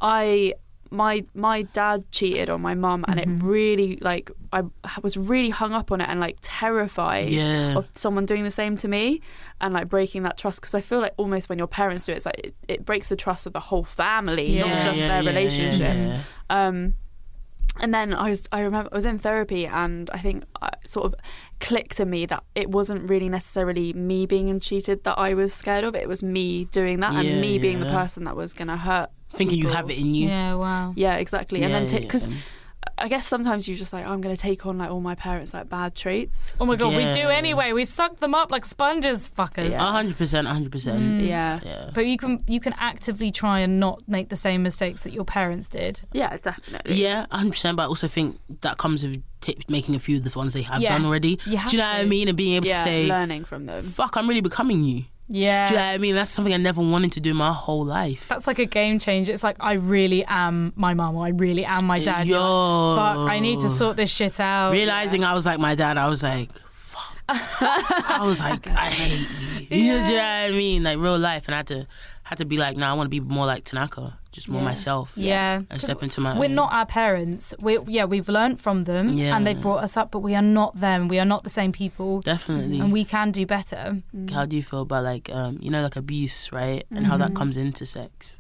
Speaker 6: I my my dad cheated on my mum, and
Speaker 2: Mm-hmm.
Speaker 6: it really like I was really hung up on it and like terrified
Speaker 2: Yeah.
Speaker 6: of someone doing the same to me and like breaking that trust because I feel like almost when your parents do it, it's like it, it breaks the trust of the whole family, not
Speaker 3: Yeah,
Speaker 6: just
Speaker 2: yeah,
Speaker 6: their
Speaker 2: yeah,
Speaker 6: relationship.
Speaker 2: yeah, yeah.
Speaker 6: Um, and then I was, I remember I was in therapy, and I think I sort of clicked in me that it wasn't really necessarily me being cheated that I was scared of. It was me doing that
Speaker 2: Yeah,
Speaker 6: and me being the
Speaker 2: yeah.
Speaker 6: person that was gonna hurt.
Speaker 2: Thinking you have it in you.
Speaker 3: Yeah, wow.
Speaker 6: Yeah, exactly. And
Speaker 2: Yeah,
Speaker 6: then
Speaker 2: yeah,
Speaker 6: because
Speaker 2: yeah.
Speaker 6: I guess sometimes you just like oh, I'm gonna take on like all my parents' like bad traits.
Speaker 3: Oh my god,
Speaker 2: Yeah.
Speaker 3: we do anyway. We suck them up like sponges, fuckers.
Speaker 6: Yeah.
Speaker 2: A hundred percent, a hundred
Speaker 3: Mm.
Speaker 2: percent.
Speaker 6: Yeah,
Speaker 2: Mm. Yeah.
Speaker 3: But you can you can actively try and not make the same mistakes that your parents did.
Speaker 6: yeah, definitely.
Speaker 2: Yeah, hundred percent. But I also think that comes with t- making a few of the ones they have
Speaker 3: Yeah.
Speaker 2: done already.
Speaker 3: You have
Speaker 2: Do you know what I
Speaker 3: to.
Speaker 2: mean? And being able
Speaker 6: Yeah,
Speaker 2: to say,
Speaker 6: learning from them.
Speaker 2: "Fuck, I'm really becoming you."
Speaker 3: Yeah.
Speaker 2: Do you know what I mean? That's something I never wanted to do my whole life.
Speaker 3: That's like a game changer. It's like I really am my mum or I really am my dad. You're like,
Speaker 2: Yo,
Speaker 3: Fuck, I need to sort this shit out.
Speaker 2: Realizing I was like my dad, I was like, "Fuck." I was like, "I hate you." You know, do you know what I mean? Like real life, and I had to had to be like, "No, I want to be more like Tanaka, just more myself."
Speaker 3: Yeah.
Speaker 2: and step into my.
Speaker 3: We're
Speaker 2: own.
Speaker 3: not our parents. We yeah, we've learned from them
Speaker 2: Yeah.
Speaker 3: and they brought us up, but we are not them. We are not the same people.
Speaker 2: definitely.
Speaker 3: And we can do better.
Speaker 2: How do you feel about like um you know like abuse, right? And how
Speaker 3: Mm-hmm.
Speaker 2: that comes into sex.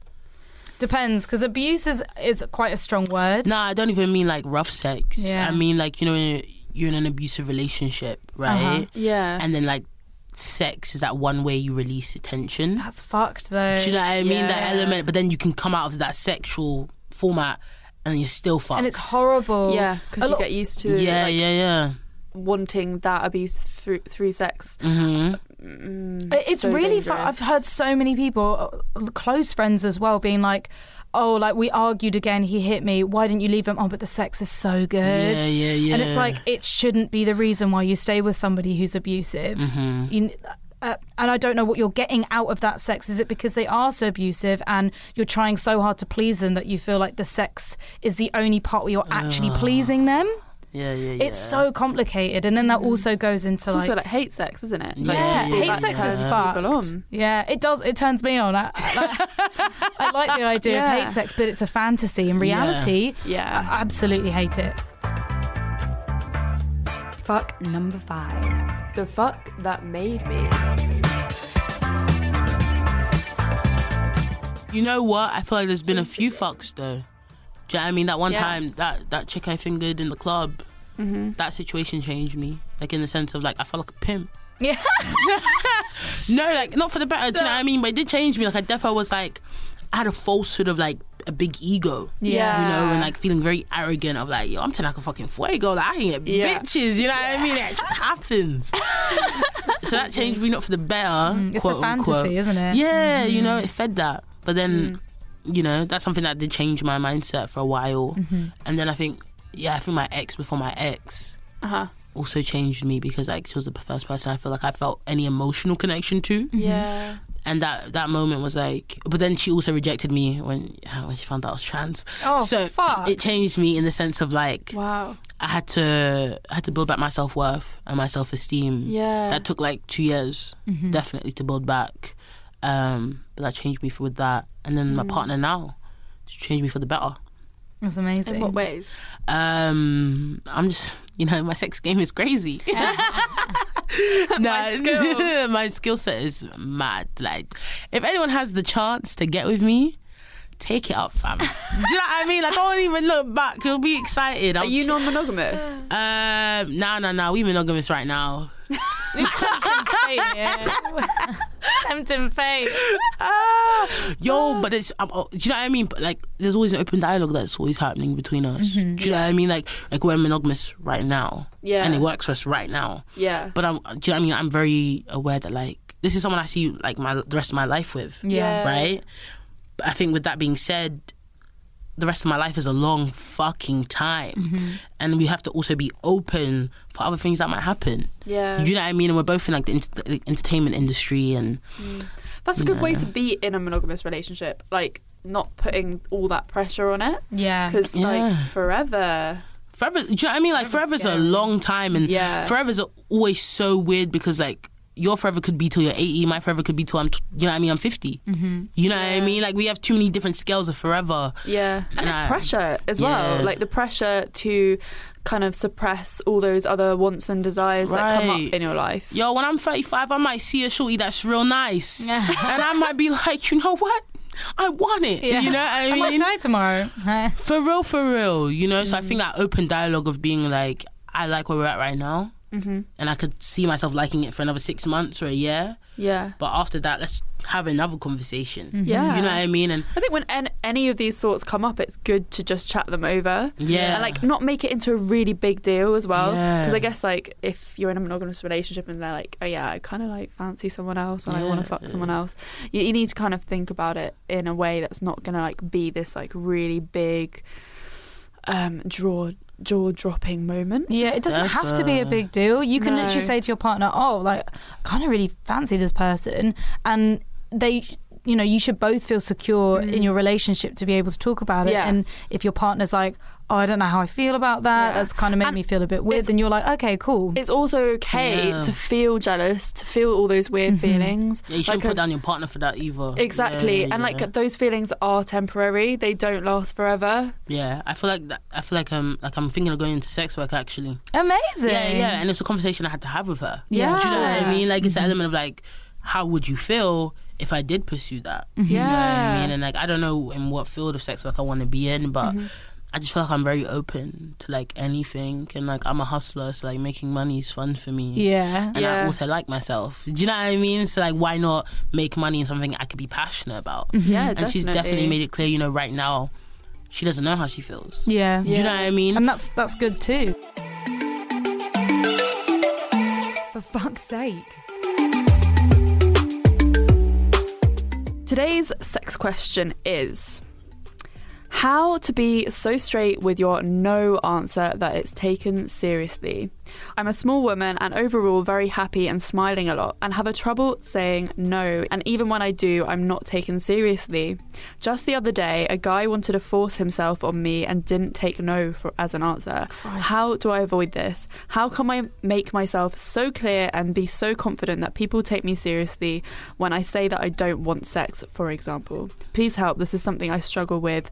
Speaker 3: Depends, because abuse is is quite a strong word.
Speaker 2: No, I don't even mean like rough sex.
Speaker 3: Yeah. Uh-huh.
Speaker 2: I mean like you know when you're in an abusive relationship, right?
Speaker 6: Yeah,
Speaker 2: And then like sex is that one way you release the tension.
Speaker 3: That's fucked though.
Speaker 2: Do you know what I mean? That
Speaker 6: Yeah.
Speaker 2: element, but then you can come out of that sexual format and you're still fucked.
Speaker 3: and it's horrible.
Speaker 6: yeah,
Speaker 3: A
Speaker 6: because you
Speaker 3: lot-
Speaker 6: get used to
Speaker 2: yeah,
Speaker 6: like,
Speaker 2: yeah, yeah.
Speaker 6: wanting that abuse through through sex.
Speaker 2: hmm
Speaker 6: Mm,
Speaker 3: It- It's
Speaker 6: so
Speaker 3: really fun. I've
Speaker 6: dangerous.
Speaker 3: heard so many people, uh, close friends as well, being like, "Oh, like we argued again. He hit me. Why didn't you leave him? Oh, but the sex is so good."
Speaker 2: Yeah, yeah, yeah.
Speaker 3: And it's like it shouldn't be the reason why you stay with somebody who's abusive.
Speaker 2: Mm-hmm.
Speaker 3: You, uh, and I don't know what you're getting out of that sex. Is it because they are so abusive and you're trying so hard to please them that you feel like the sex is the only part where you're actually pleasing them?
Speaker 2: Yeah, yeah, yeah. Mm-hmm.
Speaker 3: It's so complicated, and then that also goes into
Speaker 6: It's
Speaker 3: like,
Speaker 6: also like hate sex, isn't it?
Speaker 2: Yeah,
Speaker 6: Like,
Speaker 3: yeah,
Speaker 2: yeah,
Speaker 3: hate
Speaker 2: yeah,
Speaker 3: sex
Speaker 2: yeah.
Speaker 3: is
Speaker 6: turns
Speaker 3: fucked.
Speaker 6: people on.
Speaker 3: Yeah, it does. It turns me on. I, I, I like the idea of
Speaker 6: Yeah.
Speaker 3: hate sex, but it's a fantasy. In reality,
Speaker 6: Yeah.
Speaker 3: I absolutely hate it.
Speaker 7: Fuck number five.
Speaker 6: The fuck that made me.
Speaker 2: You know what? I feel like there's been a few fucks though. Do you know what I mean? That one
Speaker 6: Yeah.
Speaker 2: time, that that chick I fingered in the club, that situation changed me. Like in the sense of like I felt like a pimp.
Speaker 3: Yeah.
Speaker 2: No, like not for the better. do you know what I mean? But it did change me. Like I definitely was like, I had a falsehood of like a big ego.
Speaker 3: Yeah.
Speaker 2: You know, and like feeling very arrogant of like, yo, I'm turning like a fucking fuego. Like I can get
Speaker 6: Yeah.
Speaker 2: bitches. You know what I mean? It just happens. so that changed me not for the better.
Speaker 3: Mm-hmm. Mm, It's
Speaker 2: quote
Speaker 3: the fantasy,
Speaker 2: unquote.
Speaker 3: isn't it? Mm-hmm. Mm.
Speaker 2: Yeah, you know, it fed that. But then, you know, that's something that did change my mindset for a while.
Speaker 3: Mm-hmm.
Speaker 2: And then I think, yeah, I think my ex before my ex
Speaker 6: Uh huh.
Speaker 2: also changed me because like she was the first person I feel like I felt any emotional connection to.
Speaker 6: Yeah.
Speaker 2: And that that moment was like, but then she also rejected me when when she found out I was trans.
Speaker 3: Oh
Speaker 2: so
Speaker 3: fuck.
Speaker 2: it changed me in the sense of like
Speaker 6: Mm-hmm. Wow.
Speaker 2: I had to I had to build back my self worth and my self esteem
Speaker 6: Yeah. Mm-hmm.
Speaker 2: that took like two years definitely to build back um but that changed me for with that and then
Speaker 6: Mm.
Speaker 2: my partner now it's changed me for the better
Speaker 3: That's
Speaker 6: In
Speaker 3: amazing.
Speaker 6: what ways?
Speaker 2: um i'm just you know my sex game is crazy my,
Speaker 6: skills.
Speaker 2: my skill set is mad like if anyone has the chance to get with me Take it up, fam. Do you know what I mean? Like, I won't even look back. You'll be excited.
Speaker 6: Are you non-monogamous?
Speaker 2: Um, nah, nah, nah. We monogamous right now.
Speaker 3: Tempting fate.
Speaker 2: ah, yo, but it's um, oh, do you know what I mean? But like, there's always an open dialogue that's always happening between us. Do you know what I mean? Like, like we're monogamous right now,
Speaker 6: Yeah.
Speaker 2: and it works for us right now.
Speaker 6: Yeah.
Speaker 2: But I'm, do you know what I mean? I'm very aware that like this is someone I see like my the rest of my life with,
Speaker 3: Yeah.
Speaker 2: right? But I think with that being said, the rest of my life is a long fucking time, and we have to also be open for other things that might happen.
Speaker 6: Yeah.
Speaker 2: You know what I mean? And we're both in like the, ent- the entertainment industry, and
Speaker 6: That's a good way to be in a monogamous relationship. Like not putting all that pressure on it.
Speaker 3: Yeah.
Speaker 6: Because like
Speaker 2: Yeah.
Speaker 6: forever.
Speaker 2: forever. Do you know what I mean? Like forever's a long time, and
Speaker 6: Yeah.
Speaker 2: forever's always so weird because like your forever could be till you're 80, my forever could be till I'm, t- you know what I mean? I'm 50. Mm-hmm. You know what I mean? Like we have too many different scales of forever.
Speaker 6: Yeah. And
Speaker 2: Nah.
Speaker 6: it's pressure as
Speaker 2: Yeah.
Speaker 6: well. Like the pressure to kind of suppress all those other wants and desires that come
Speaker 2: Right.
Speaker 6: up in your life.
Speaker 2: Yo, when I'm 35, I might see a shorty that's real nice, and I might be like, you know what? I want it.
Speaker 3: Yeah.
Speaker 2: You know what I
Speaker 3: I
Speaker 2: mean?
Speaker 3: might die tomorrow.
Speaker 2: For real, for real, you know. So
Speaker 6: Mm.
Speaker 2: I think that open dialogue of being like, I like where we're at right now, mm-hmm. and I could see myself liking it for another six months or a year.
Speaker 6: Yeah.
Speaker 2: But after that, let's have another conversation.
Speaker 6: Mm-hmm. Yeah.
Speaker 2: you know what I mean. And
Speaker 6: I think when an- any of these thoughts come up, it's good to just chat them over.
Speaker 2: Yeah.
Speaker 6: And like not make it into a really big deal as well.
Speaker 2: Yeah.
Speaker 6: Because I guess like if you're in a monogamous relationship and they're like, oh yeah, I kind of like fancy someone else or I want
Speaker 2: Yeah.
Speaker 6: to fuck someone else, you, you need to kind of think about it in a way that's not going to like be this like really big um, draw jaw dropping moment.
Speaker 3: Yeah, it doesn't
Speaker 2: That's,
Speaker 3: have to be a
Speaker 2: uh,
Speaker 3: big deal. You can
Speaker 6: No.
Speaker 3: literally say to your partner, "Oh, like, I kind of really fancy this person," and they, you know, you should both feel secure in your relationship to be able to talk about it.
Speaker 6: Yeah.
Speaker 3: And if your partner's like, "Oh, I don't know how I feel about that,"
Speaker 6: Yeah.
Speaker 3: that's kind of made
Speaker 6: And
Speaker 3: me feel a bit weird,
Speaker 6: it's-
Speaker 3: and you're like, "Okay, cool."
Speaker 6: It's also okay
Speaker 2: Yeah. Mm-hmm.
Speaker 6: to feel jealous, to feel all those weird feelings.
Speaker 2: yeah, you shouldn't
Speaker 6: Like
Speaker 2: put
Speaker 6: a-
Speaker 2: down your partner for that either.
Speaker 6: Exactly.
Speaker 2: Yeah,
Speaker 6: and
Speaker 2: yeah.
Speaker 6: like those feelings are temporary. They don't last forever.
Speaker 2: yeah, I feel like that, I feel like um like I'm thinking of going into sex work actually.
Speaker 3: Amazing.
Speaker 2: Yeah, yeah, and it's a conversation I had to have with her.
Speaker 3: Yeah.
Speaker 2: do you know what I
Speaker 6: Yeah.
Speaker 2: mean? Like it's an element of like, how would you feel if I did pursue that?
Speaker 6: Yeah.
Speaker 2: I
Speaker 3: Mm-hmm.
Speaker 2: mean, and like I don't know in what field of sex work I want to be in, but
Speaker 3: Mm-hmm.
Speaker 2: I just feel like I'm very open to like anything, and like I'm a hustler, so like making money is fun for me.
Speaker 3: Yeah.
Speaker 2: And I
Speaker 6: Yeah.
Speaker 2: also like myself. Do you know what I mean? So like, why not make money in something I could be passionate about?
Speaker 3: Mm-hmm.
Speaker 6: Yeah,
Speaker 2: and she's definitely made it clear, you know, right now, she doesn't know how she feels.
Speaker 3: Yeah.
Speaker 2: Do you know what I mean?
Speaker 3: And that's that's good too.
Speaker 7: For fuck's sake.
Speaker 6: Today's sex question is how to be so straight with your no answer that it's taken seriously. I'm a small woman and overall very happy and smiling a lot and have a trouble saying no. And even when I do, I'm not taken seriously. Just the other day, a guy wanted to force himself on me and didn't take no for, as an answer. How do I avoid this? How can I make myself so clear and be so confident that people take me seriously when I say that I don't want sex, for example? Please help. This is something I struggle with.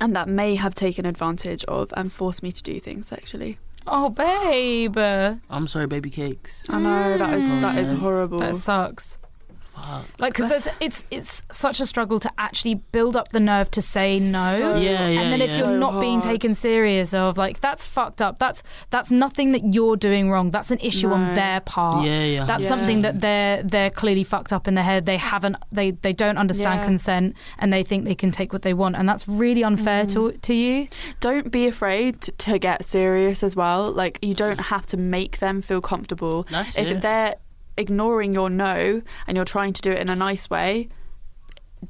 Speaker 6: And that may have taken advantage of and forced me to do things sexually.
Speaker 3: Oh, babe. That
Speaker 2: I'm sorry, baby cakes.
Speaker 6: I know that is that is horrible.
Speaker 3: sucks.
Speaker 2: Fuck.
Speaker 3: Like, because it's it's such a struggle to actually build up the nerve to say no.
Speaker 6: So-
Speaker 2: Yeah, yeah,
Speaker 3: and then
Speaker 2: yeah.
Speaker 3: if you're
Speaker 6: So
Speaker 3: not being
Speaker 6: hard.
Speaker 3: taken serious of like that's fucked up that's that's nothing that you're doing wrong that's an issue on
Speaker 6: No.
Speaker 3: their part
Speaker 2: Yeah, yeah.
Speaker 3: that's
Speaker 6: Yeah.
Speaker 3: something that they're they're clearly fucked up in their head they haven't they they don't understand
Speaker 6: Yeah.
Speaker 3: consent and they think they can take what they want and that's really unfair to to you
Speaker 6: Don't be afraid t- to get serious as well. Like you don't have to make them feel comfortable.
Speaker 2: That's
Speaker 6: if
Speaker 2: it.
Speaker 6: they're ignoring your no and you're trying to do it in a nice way,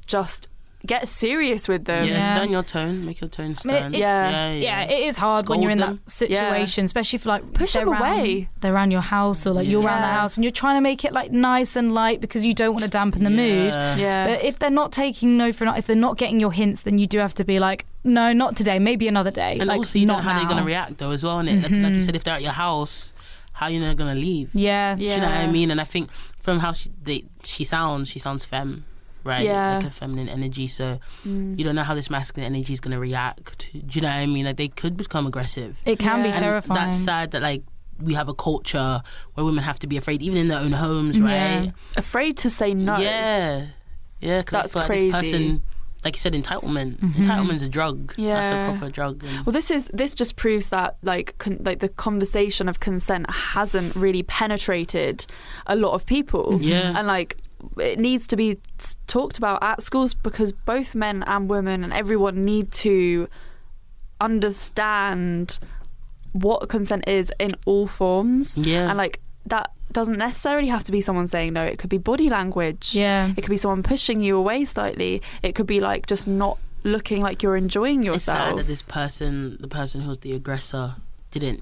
Speaker 6: just get serious with them.
Speaker 2: Yeah,
Speaker 3: Yeah.
Speaker 2: stand your tone. Make your tone
Speaker 3: I mean, it-
Speaker 2: stand.
Speaker 3: it's-
Speaker 6: Yeah.
Speaker 3: yeah, it is hard when
Speaker 2: Scold
Speaker 3: you're in
Speaker 2: them.
Speaker 3: that situation, especially if like
Speaker 6: Push
Speaker 3: they're
Speaker 6: them
Speaker 3: around-
Speaker 6: away.
Speaker 3: they're around your house or like you're around the
Speaker 6: Yeah.
Speaker 3: house, and you're trying to make it like nice and light because you don't want to dampen the mood.
Speaker 2: Yeah.
Speaker 6: Yeah.
Speaker 3: But if they're not taking no for not, if they're not getting your hints, then you do have to be like, no, not today, maybe another day.
Speaker 2: And
Speaker 3: like,
Speaker 2: also, you
Speaker 3: not
Speaker 2: don't know how
Speaker 3: now. Mm-hmm.
Speaker 2: they're gonna react though, as well. And like, like you said, if they're at your house, how you not gonna leave?
Speaker 3: Yeah.
Speaker 6: Yeah.
Speaker 2: Do you know what I mean? And I think from how she they, she sounds, she sounds femme, right?
Speaker 6: Yeah.
Speaker 2: Like a feminine energy. So
Speaker 3: Mm.
Speaker 2: you don't know how this masculine energy is gonna react. Do you know what I mean? Like they could become aggressive.
Speaker 3: It can
Speaker 6: Yeah.
Speaker 3: be
Speaker 6: And
Speaker 3: terrifying.
Speaker 2: That's sad that like we have a culture where women have to be afraid, even in their own homes, right?
Speaker 6: afraid to say no.
Speaker 2: Yeah, yeah. Cause
Speaker 6: That's
Speaker 2: I feel Like this
Speaker 6: crazy.
Speaker 2: person, like you said, entitlement.
Speaker 3: Mm-hmm.
Speaker 2: Entitlement's a drug. that's
Speaker 6: Yeah.
Speaker 2: a proper drug. And
Speaker 6: Well, this is this just proves that like con- like the conversation of consent hasn't really penetrated a lot of people.
Speaker 2: Mm-hmm. Yeah.
Speaker 6: and like it needs to be s- talked about at schools because both men and women and everyone need to understand what consent is in all forms.
Speaker 2: Yeah.
Speaker 6: and like that doesn't necessarily have to be someone saying no. It could be body language.
Speaker 3: Yeah.
Speaker 6: it could be someone pushing you away slightly. It could be like just not looking like you're enjoying yourself.
Speaker 2: it's sad that this person, the person who was the aggressor, didn't.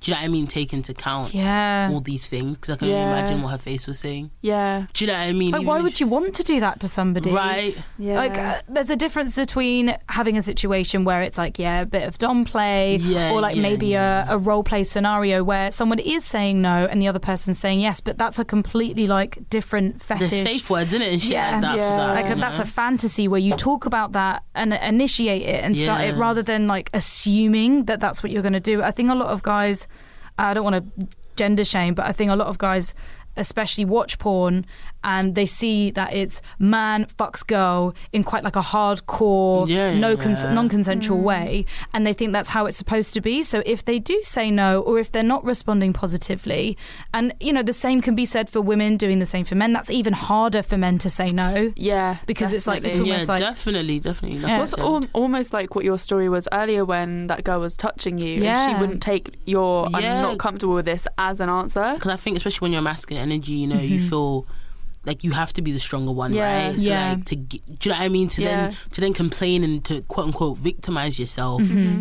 Speaker 2: Do you know what I mean? Take into account
Speaker 3: Yeah.
Speaker 2: all these things because I can
Speaker 6: Yeah.
Speaker 2: only imagine what her face was saying.
Speaker 6: Yeah.
Speaker 2: Do you know what I mean?
Speaker 3: Like, why would you want to do that to somebody?
Speaker 2: Right.
Speaker 6: Yeah.
Speaker 3: Like, uh, there's a difference between having a situation where it's like, yeah, a bit of dom play,
Speaker 2: Yeah,
Speaker 3: or like
Speaker 2: yeah,
Speaker 3: maybe a, a role play scenario where someone is saying no and the other person's saying yes, but that's a completely like different
Speaker 2: There's
Speaker 3: fetish.
Speaker 2: safe words in it and shit
Speaker 3: Yeah.
Speaker 2: like that
Speaker 6: Yeah.
Speaker 2: for that.
Speaker 3: like
Speaker 2: you
Speaker 3: that's
Speaker 2: know?
Speaker 3: a fantasy where you talk about that and initiate it and start it
Speaker 2: Yeah.
Speaker 3: rather than like assuming that that's what you're going to do i think a lot of guys i don't want to gender shame but i think a lot of guys especially watch porn and they see that it's man fucks girl in quite like a hardcore
Speaker 2: Yeah,
Speaker 3: no
Speaker 2: yeah,
Speaker 3: cons-
Speaker 2: yeah.
Speaker 6: Mm.
Speaker 3: non-consensual way and they think that's how it's supposed to be so if they do say no or if they're not responding positively and you know the same can be said for women doing the same for men that's even harder for men to say no
Speaker 6: yeah.
Speaker 3: because it's like it's
Speaker 6: definitely.
Speaker 3: almost
Speaker 2: yeah,
Speaker 3: like
Speaker 2: definitely, definitely. like
Speaker 3: Yeah.
Speaker 2: I
Speaker 6: Well, it's
Speaker 2: said.
Speaker 6: al- almost like what your story was earlier when that girl was touching you and
Speaker 3: Yeah.
Speaker 6: she wouldn't take your
Speaker 2: Yeah.
Speaker 6: I'm not comfortable with this as an answer.
Speaker 2: because I think especially when you're masculine energy, you know, you feel like you have to be the stronger one,
Speaker 6: Yeah.
Speaker 2: right? So
Speaker 3: Yeah.
Speaker 2: like to get, do you know what I mean? To
Speaker 6: Yeah.
Speaker 2: then to then complain and to quote unquote victimize yourself,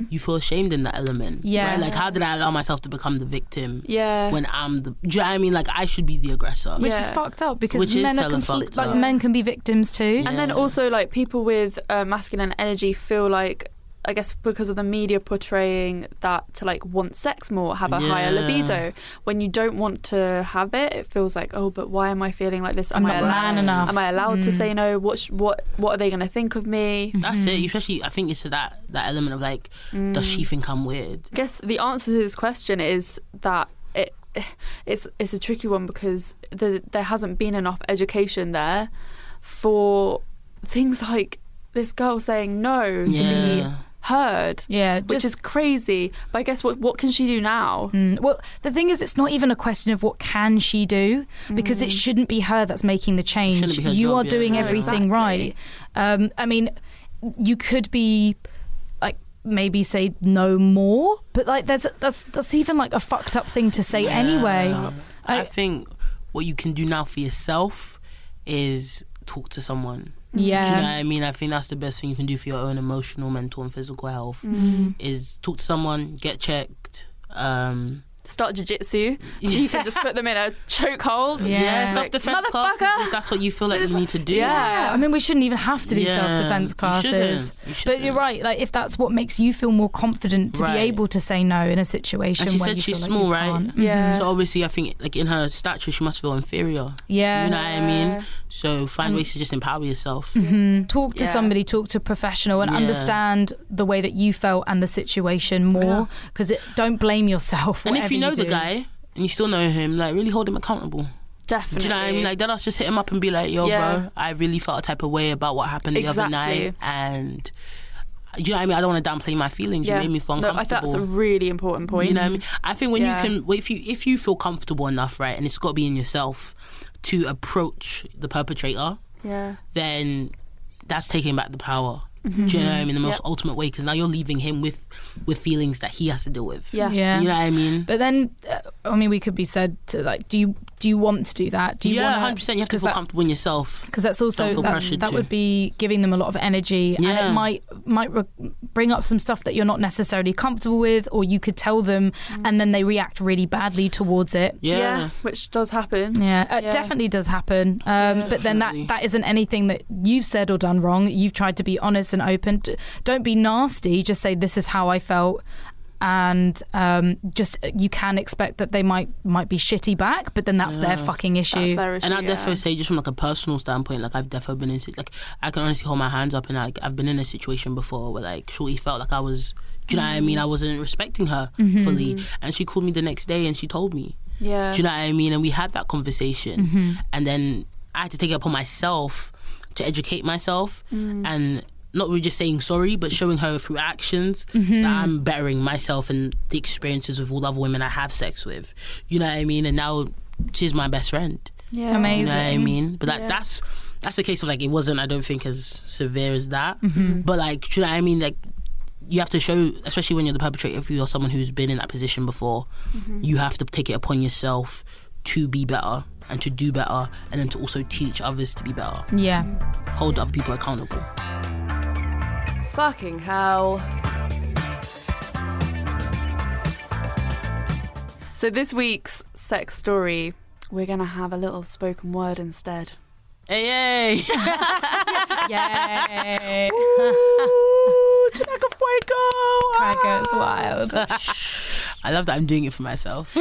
Speaker 2: you feel ashamed in that element.
Speaker 3: Yeah.
Speaker 2: right? like how did I allow myself to become the victim
Speaker 6: Yeah.
Speaker 2: when I'm the? Do you know what I mean? Like I should be the aggressor.
Speaker 3: which
Speaker 6: Yeah.
Speaker 3: is fucked up because
Speaker 2: Which is
Speaker 3: men are
Speaker 2: hella
Speaker 3: complete,
Speaker 2: fucked
Speaker 3: like
Speaker 2: up.
Speaker 3: men can be victims too.
Speaker 6: And then
Speaker 2: Yeah.
Speaker 6: also like people with uh, masculine energy feel like I guess because of the media portraying that to like want sex more, have a higher
Speaker 2: Yeah.
Speaker 6: libido. When you don't want to have it, it feels like oh, but why am I feeling like this?
Speaker 3: I'm
Speaker 6: Am I
Speaker 3: not
Speaker 6: allowed?
Speaker 3: man enough. Mm.
Speaker 6: Am I allowed to say no? What sh- what what are they going to think of me?
Speaker 2: That's it. Especially, I think it's that that element of like, does she think I'm weird?
Speaker 6: I guess the answer to this question is that it it's it's a tricky one because the, there hasn't been enough education there for things like this girl saying no to be
Speaker 2: Yeah.
Speaker 6: heard,
Speaker 3: Yeah,
Speaker 6: which
Speaker 3: just-
Speaker 6: is crazy. But I guess what what can she do now?
Speaker 3: Mm, Well, the thing is, it's not even a question of what can she do because it shouldn't be her that's making the change.
Speaker 2: Mm. Shouldn't be her
Speaker 3: you
Speaker 2: job,
Speaker 3: are
Speaker 2: yeah.
Speaker 3: doing
Speaker 2: No,
Speaker 3: everything
Speaker 6: exactly.
Speaker 3: right. Um, I mean, you could be like maybe say no more, but like there's that's that's even like a fucked up thing to say anyway.
Speaker 2: I,
Speaker 3: I-
Speaker 2: think what you can do now for yourself is talk to someone.
Speaker 3: Yeah,
Speaker 2: Do you know what I mean? I think that's the best thing you can do for your own
Speaker 3: Mm.
Speaker 2: emotional, mental, and physical health is talk to someone, get checked, um,
Speaker 6: start jujitsu. So you can just put them in a chokehold.
Speaker 3: Yeah. Yeah,
Speaker 6: Like,
Speaker 2: Self defense classes,
Speaker 6: "Motherfucker!"
Speaker 2: if that's what you feel like you need to do.
Speaker 6: Yeah.
Speaker 3: I mean, we shouldn't even have to do
Speaker 2: Yeah,
Speaker 3: self defense
Speaker 2: you shouldn't.
Speaker 3: classes.
Speaker 2: You
Speaker 3: but
Speaker 2: shouldn't.
Speaker 3: you're right. Like, if that's what makes you feel more confident to be
Speaker 2: Right.
Speaker 3: able to say no in a situation,
Speaker 2: And she
Speaker 3: where
Speaker 2: said
Speaker 3: you
Speaker 2: she's
Speaker 3: feel like
Speaker 2: small,
Speaker 3: you
Speaker 2: right?
Speaker 3: can't. Mm-hmm.
Speaker 6: Yeah.
Speaker 2: So obviously, I think like in her stature, she must feel inferior.
Speaker 3: Yeah. Mm.
Speaker 2: You know what I mean?
Speaker 6: Yeah.
Speaker 2: So find ways to just empower yourself.
Speaker 3: Mhm. Talk to
Speaker 6: Yeah.
Speaker 3: somebody, talk to a professional, and
Speaker 2: Yeah.
Speaker 3: understand the way that you felt and the situation more. Because don't blame yourself.
Speaker 2: And if
Speaker 3: whatever
Speaker 2: you know the
Speaker 3: do.
Speaker 2: guy and you still know him, like really hold him accountable.
Speaker 6: Definitely.
Speaker 2: Do you know what I mean? Like then I'll just hit him up and be like, "Yo,
Speaker 6: Yeah.
Speaker 2: bro, I really felt a type of way about what happened the other
Speaker 6: Exactly.
Speaker 2: night," and do you know what I mean? I don't want to downplay my feelings.
Speaker 6: Yeah.
Speaker 2: You made me feel
Speaker 6: Look, I think
Speaker 2: uncomfortable.
Speaker 6: that's a really important point.
Speaker 2: You know what I mean? I think when
Speaker 6: Yeah.
Speaker 2: you can, if you if you feel comfortable enough, right, and it's got to be in yourself to approach the perpetrator,
Speaker 6: Yeah.
Speaker 2: then that's taking back the power. Do you
Speaker 6: Mm-hmm.
Speaker 2: know what I mean? The most ultimate way, because now you're leaving him with with feelings that he has to deal with.
Speaker 6: Yeah.
Speaker 3: Yeah.
Speaker 2: You know what I mean?
Speaker 3: But then, uh, I mean, we could be said to like, do you do you want to do that? Do you
Speaker 2: yeah,
Speaker 3: want
Speaker 2: hundred percent. You have to
Speaker 3: does
Speaker 2: feel
Speaker 3: that-
Speaker 2: comfortable in yourself.
Speaker 3: because that's also
Speaker 2: Don't feel
Speaker 3: that,
Speaker 2: pressured
Speaker 3: that
Speaker 2: to.
Speaker 3: would be giving them a lot of energy and it
Speaker 2: Yeah.
Speaker 3: might might re- bring up some stuff that you're not necessarily comfortable with or you could tell them and then they react really badly towards it
Speaker 2: Mm. Yeah.
Speaker 6: Which does happen.
Speaker 3: yeah, it
Speaker 6: Yeah.
Speaker 3: definitely does happen. Um, but then that,
Speaker 2: Definitely.
Speaker 3: that isn't anything that you've said or done wrong. You've tried to be honest and open. D- Don't be nasty. Just say this is how I felt, and um, just you can expect that they might might be shitty back. But then that's their fucking
Speaker 6: That's
Speaker 3: issue.
Speaker 6: their issue.
Speaker 2: And I'd
Speaker 6: yeah.
Speaker 2: definitely say, just from like a personal standpoint, like I've definitely been in sit- like I can honestly hold my hands up, and like I've been in a situation before where like Shorty felt like I was, do you know what I
Speaker 6: Mm-hmm.
Speaker 2: mean? I wasn't respecting her fully, and she called me the next day and she told me,
Speaker 6: Yeah. Mm-hmm.
Speaker 2: do you know what I mean? And we had that conversation, and then I had to take it upon myself to educate myself
Speaker 6: Mm.
Speaker 2: and. Not really just saying sorry, but showing her through actions
Speaker 6: Mm-hmm.
Speaker 2: that I'm bettering myself and the experiences with all the other women I have sex with. You know what I mean? And now she's my best friend.
Speaker 6: yeah.
Speaker 3: Amazing.
Speaker 2: You know what I mean? But that,
Speaker 6: Yeah.
Speaker 2: that's that's a case of like it wasn't. I don't think as severe as that. But like, do you know what I mean? Like, you have to show, especially when you're the perpetrator, if you're someone who's been in that position before, you have to take it upon yourself to be better and to do better, and then to also teach others to be better.
Speaker 3: Yeah.
Speaker 2: Hold other people accountable.
Speaker 8: Fucking hell.
Speaker 6: So this week's sex story, we're gonna have a little spoken word instead.
Speaker 2: Hey, hey!
Speaker 3: Yay.
Speaker 2: Ooh, to like a fuego.
Speaker 3: Cracker, it's wild.
Speaker 2: I love that I'm doing it for myself.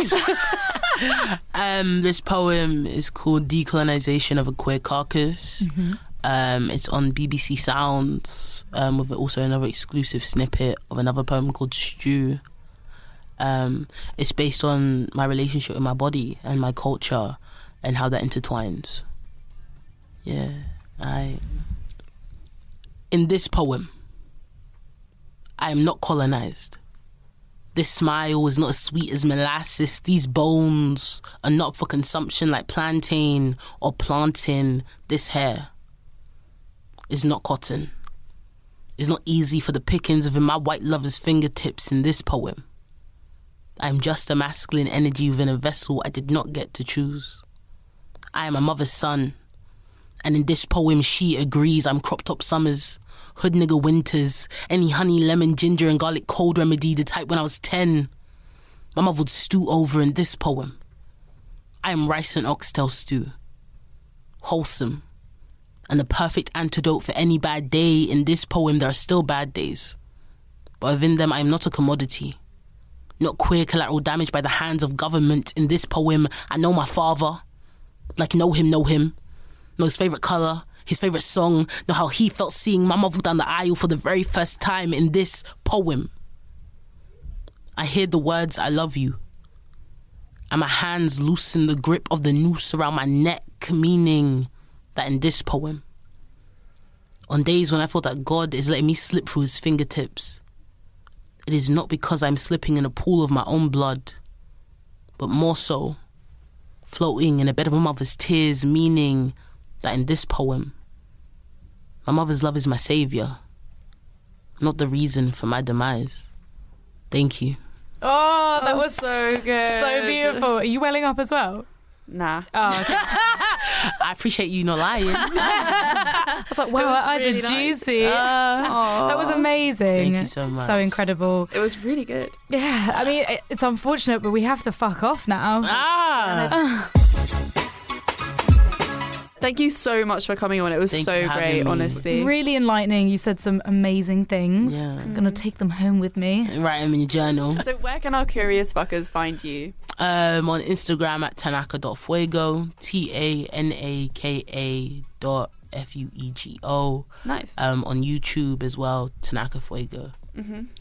Speaker 2: um, this poem is called "Decolonization of a Queer Carcass." Um, it's on BBC Sounds um, with also another exclusive snippet of another poem called "Stew." Um, it's based on my relationship with my body and my culture and how that intertwines. Yeah, I. In this poem, I am not colonized. This smile is not as sweet as molasses. These bones are not for consumption like plantain or planting. This hair is not cotton. It's not easy for the pickings within my white lover's fingertips in this poem. I am just a masculine energy within a vessel I did not get to choose. I am a mother's son. And in this poem, she agrees I'm crop top summers, hood nigger winters, any honey, lemon, ginger, and garlic cold remedy, the type when I was 10. My mother would stew over in this poem. I am rice and oxtail stew. Wholesome. And the perfect antidote for any bad day. In this poem, there are still bad days. But within them, I am not a commodity. Not queer collateral damage by the hands of government. In this poem, I know my father. Like, know him, know him know his favorite color, his favorite song, know how he felt seeing my mother down the aisle for the very first time in this poem. I hear the words, I love you. And my hands loosen the grip of the noose around my neck, meaning that in this poem, on days when I feel that God is letting me slip through his fingertips, it is not because I'm slipping in a pool of my own blood, but more so floating in a bed of my mother's tears, meaning that in this poem, my mother's love is my savior, not the reason for my demise. Thank you.
Speaker 3: Oh, that
Speaker 6: Oh,
Speaker 3: was so
Speaker 6: so good.
Speaker 3: so beautiful. Are you welling up as well?
Speaker 6: Nah.
Speaker 3: Oh, okay.
Speaker 2: I appreciate you not lying.
Speaker 3: was like, wow,
Speaker 6: was
Speaker 3: eyes
Speaker 6: really
Speaker 3: are
Speaker 6: nice.
Speaker 3: juicy. that was amazing.
Speaker 2: Thank you so much.
Speaker 3: So incredible.
Speaker 6: It was really good.
Speaker 3: Yeah, I mean, it, it's unfortunate, but we have to fuck off now.
Speaker 2: Ah,
Speaker 6: Thank you so much for coming on. It was
Speaker 2: Thank you
Speaker 6: so
Speaker 2: for
Speaker 6: great,
Speaker 2: having me.
Speaker 6: honestly.
Speaker 3: Really enlightening. You said some amazing things.
Speaker 2: Yeah.
Speaker 3: I'm gonna take them home with me.
Speaker 2: write them in your journal.
Speaker 6: So, where can our curious fuckers find you?
Speaker 2: Um, on Instagram at tanaka.fuego, T A N A K A dot F U E G O.
Speaker 6: Nice.
Speaker 2: Um, on YouTube as well, Tanaka Fuego.
Speaker 3: Amazing.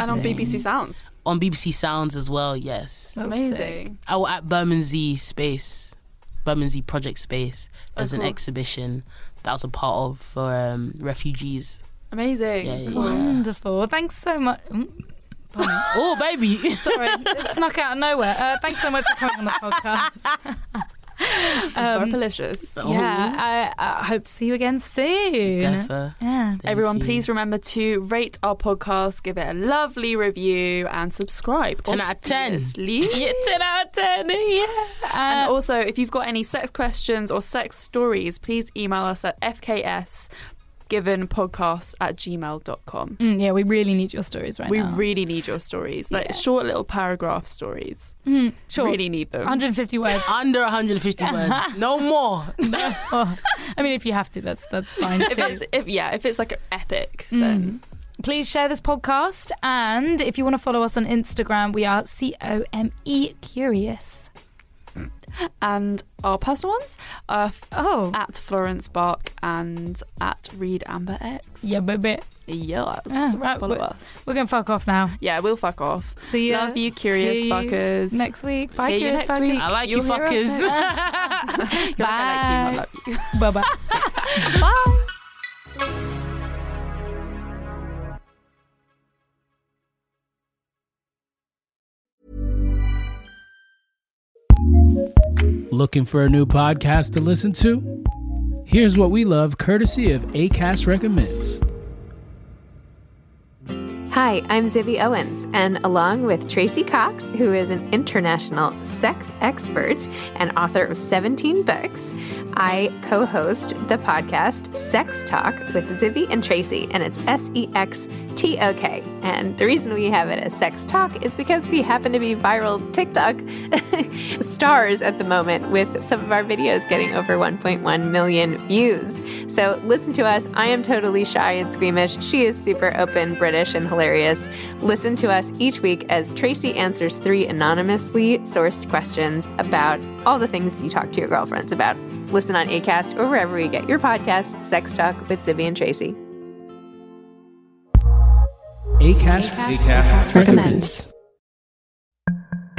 Speaker 6: and on BBC Sounds.
Speaker 2: On BBC Sounds as well, yes.
Speaker 3: That's sick.
Speaker 6: Amazing.
Speaker 2: I will at Bermondsey Space, Bermondsey Project Space, as an
Speaker 6: Oh, cool.
Speaker 2: exhibition that was a part of for um, refugees.
Speaker 6: Amazing.
Speaker 2: Yeah, yeah,
Speaker 6: Cool.
Speaker 2: yeah.
Speaker 3: Wonderful. Thanks so much. Mm,
Speaker 2: Oh, baby.
Speaker 3: Sorry, it snuck out of nowhere. Uh, thanks so much for coming on the podcast. Um,
Speaker 6: Delicious.
Speaker 3: yeah, I, I hope to see you again soon.
Speaker 2: Defo.
Speaker 3: Yeah.
Speaker 2: Thank
Speaker 6: Everyone,
Speaker 2: you.
Speaker 6: please remember to rate our podcast, give it a lovely review, and subscribe.
Speaker 2: 10 out of 10.
Speaker 6: Obviously.
Speaker 3: Yeah, 10 out of 10. Yeah.
Speaker 6: And
Speaker 3: Uh,
Speaker 6: also, if you've got any sex questions or sex stories, please email us at fksgivenpodcast at gmail.com.
Speaker 3: mm, yeah, we really need your stories right
Speaker 6: We
Speaker 3: now.
Speaker 6: really need your stories, like
Speaker 3: Mm. Yeah.
Speaker 6: short little paragraph stories.
Speaker 3: Mm, sure.
Speaker 6: Really need them.
Speaker 3: 150 words.
Speaker 2: Under 150 words. No more.
Speaker 3: Oh, I mean, if you have to, that's that's fine
Speaker 6: If
Speaker 3: too.
Speaker 6: it's, if, yeah, if it's like epic,
Speaker 3: Mm.
Speaker 6: then
Speaker 3: Please share this podcast, and if you want to follow us on Instagram, we are C O M E Curious.
Speaker 6: and our personal ones are f-
Speaker 3: Oh,
Speaker 6: at Florence Bark and at Reed Amber X.
Speaker 3: yeah, baby.
Speaker 6: Yes.
Speaker 3: Ah, right,
Speaker 6: Follow
Speaker 3: well-
Speaker 6: us.
Speaker 3: We're gonna fuck off now.
Speaker 6: Yeah, we'll fuck off.
Speaker 3: See you.
Speaker 6: Love you, curious
Speaker 3: Hear you
Speaker 6: fuckers.
Speaker 3: next week. Bye,
Speaker 6: Hear you
Speaker 3: curious
Speaker 6: next
Speaker 3: fuckers.
Speaker 6: week.
Speaker 2: I like
Speaker 6: You'll
Speaker 2: you
Speaker 6: hear us
Speaker 2: fuckers.
Speaker 6: You're like, I like you, I love you.
Speaker 3: Bye bye.
Speaker 6: Bye.
Speaker 8: Looking for a new podcast to listen to? Here's what we love courtesy of ACAST Recommends.
Speaker 9: Hi, I'm Zibby Owens, and along with Tracy Cox, who is an international sex expert and author of 17 books, I co host the podcast Sex Talk with Zibby and Tracy, and it's S E X T O K. And the reason we have it as Sex Talk is because we happen to be viral TikTok stars at the moment, with some of our videos getting over 1.1 million views. So listen to us. I am totally shy and squeamish. She is super open, British, and hilarious. Listen to us each week as Tracy answers three anonymously sourced questions about all the things you talk to your girlfriends about. Listen on ACAST or wherever you get your podcasts, Sex Talk with Zibby and Tracy.
Speaker 8: ACAST, Recommends.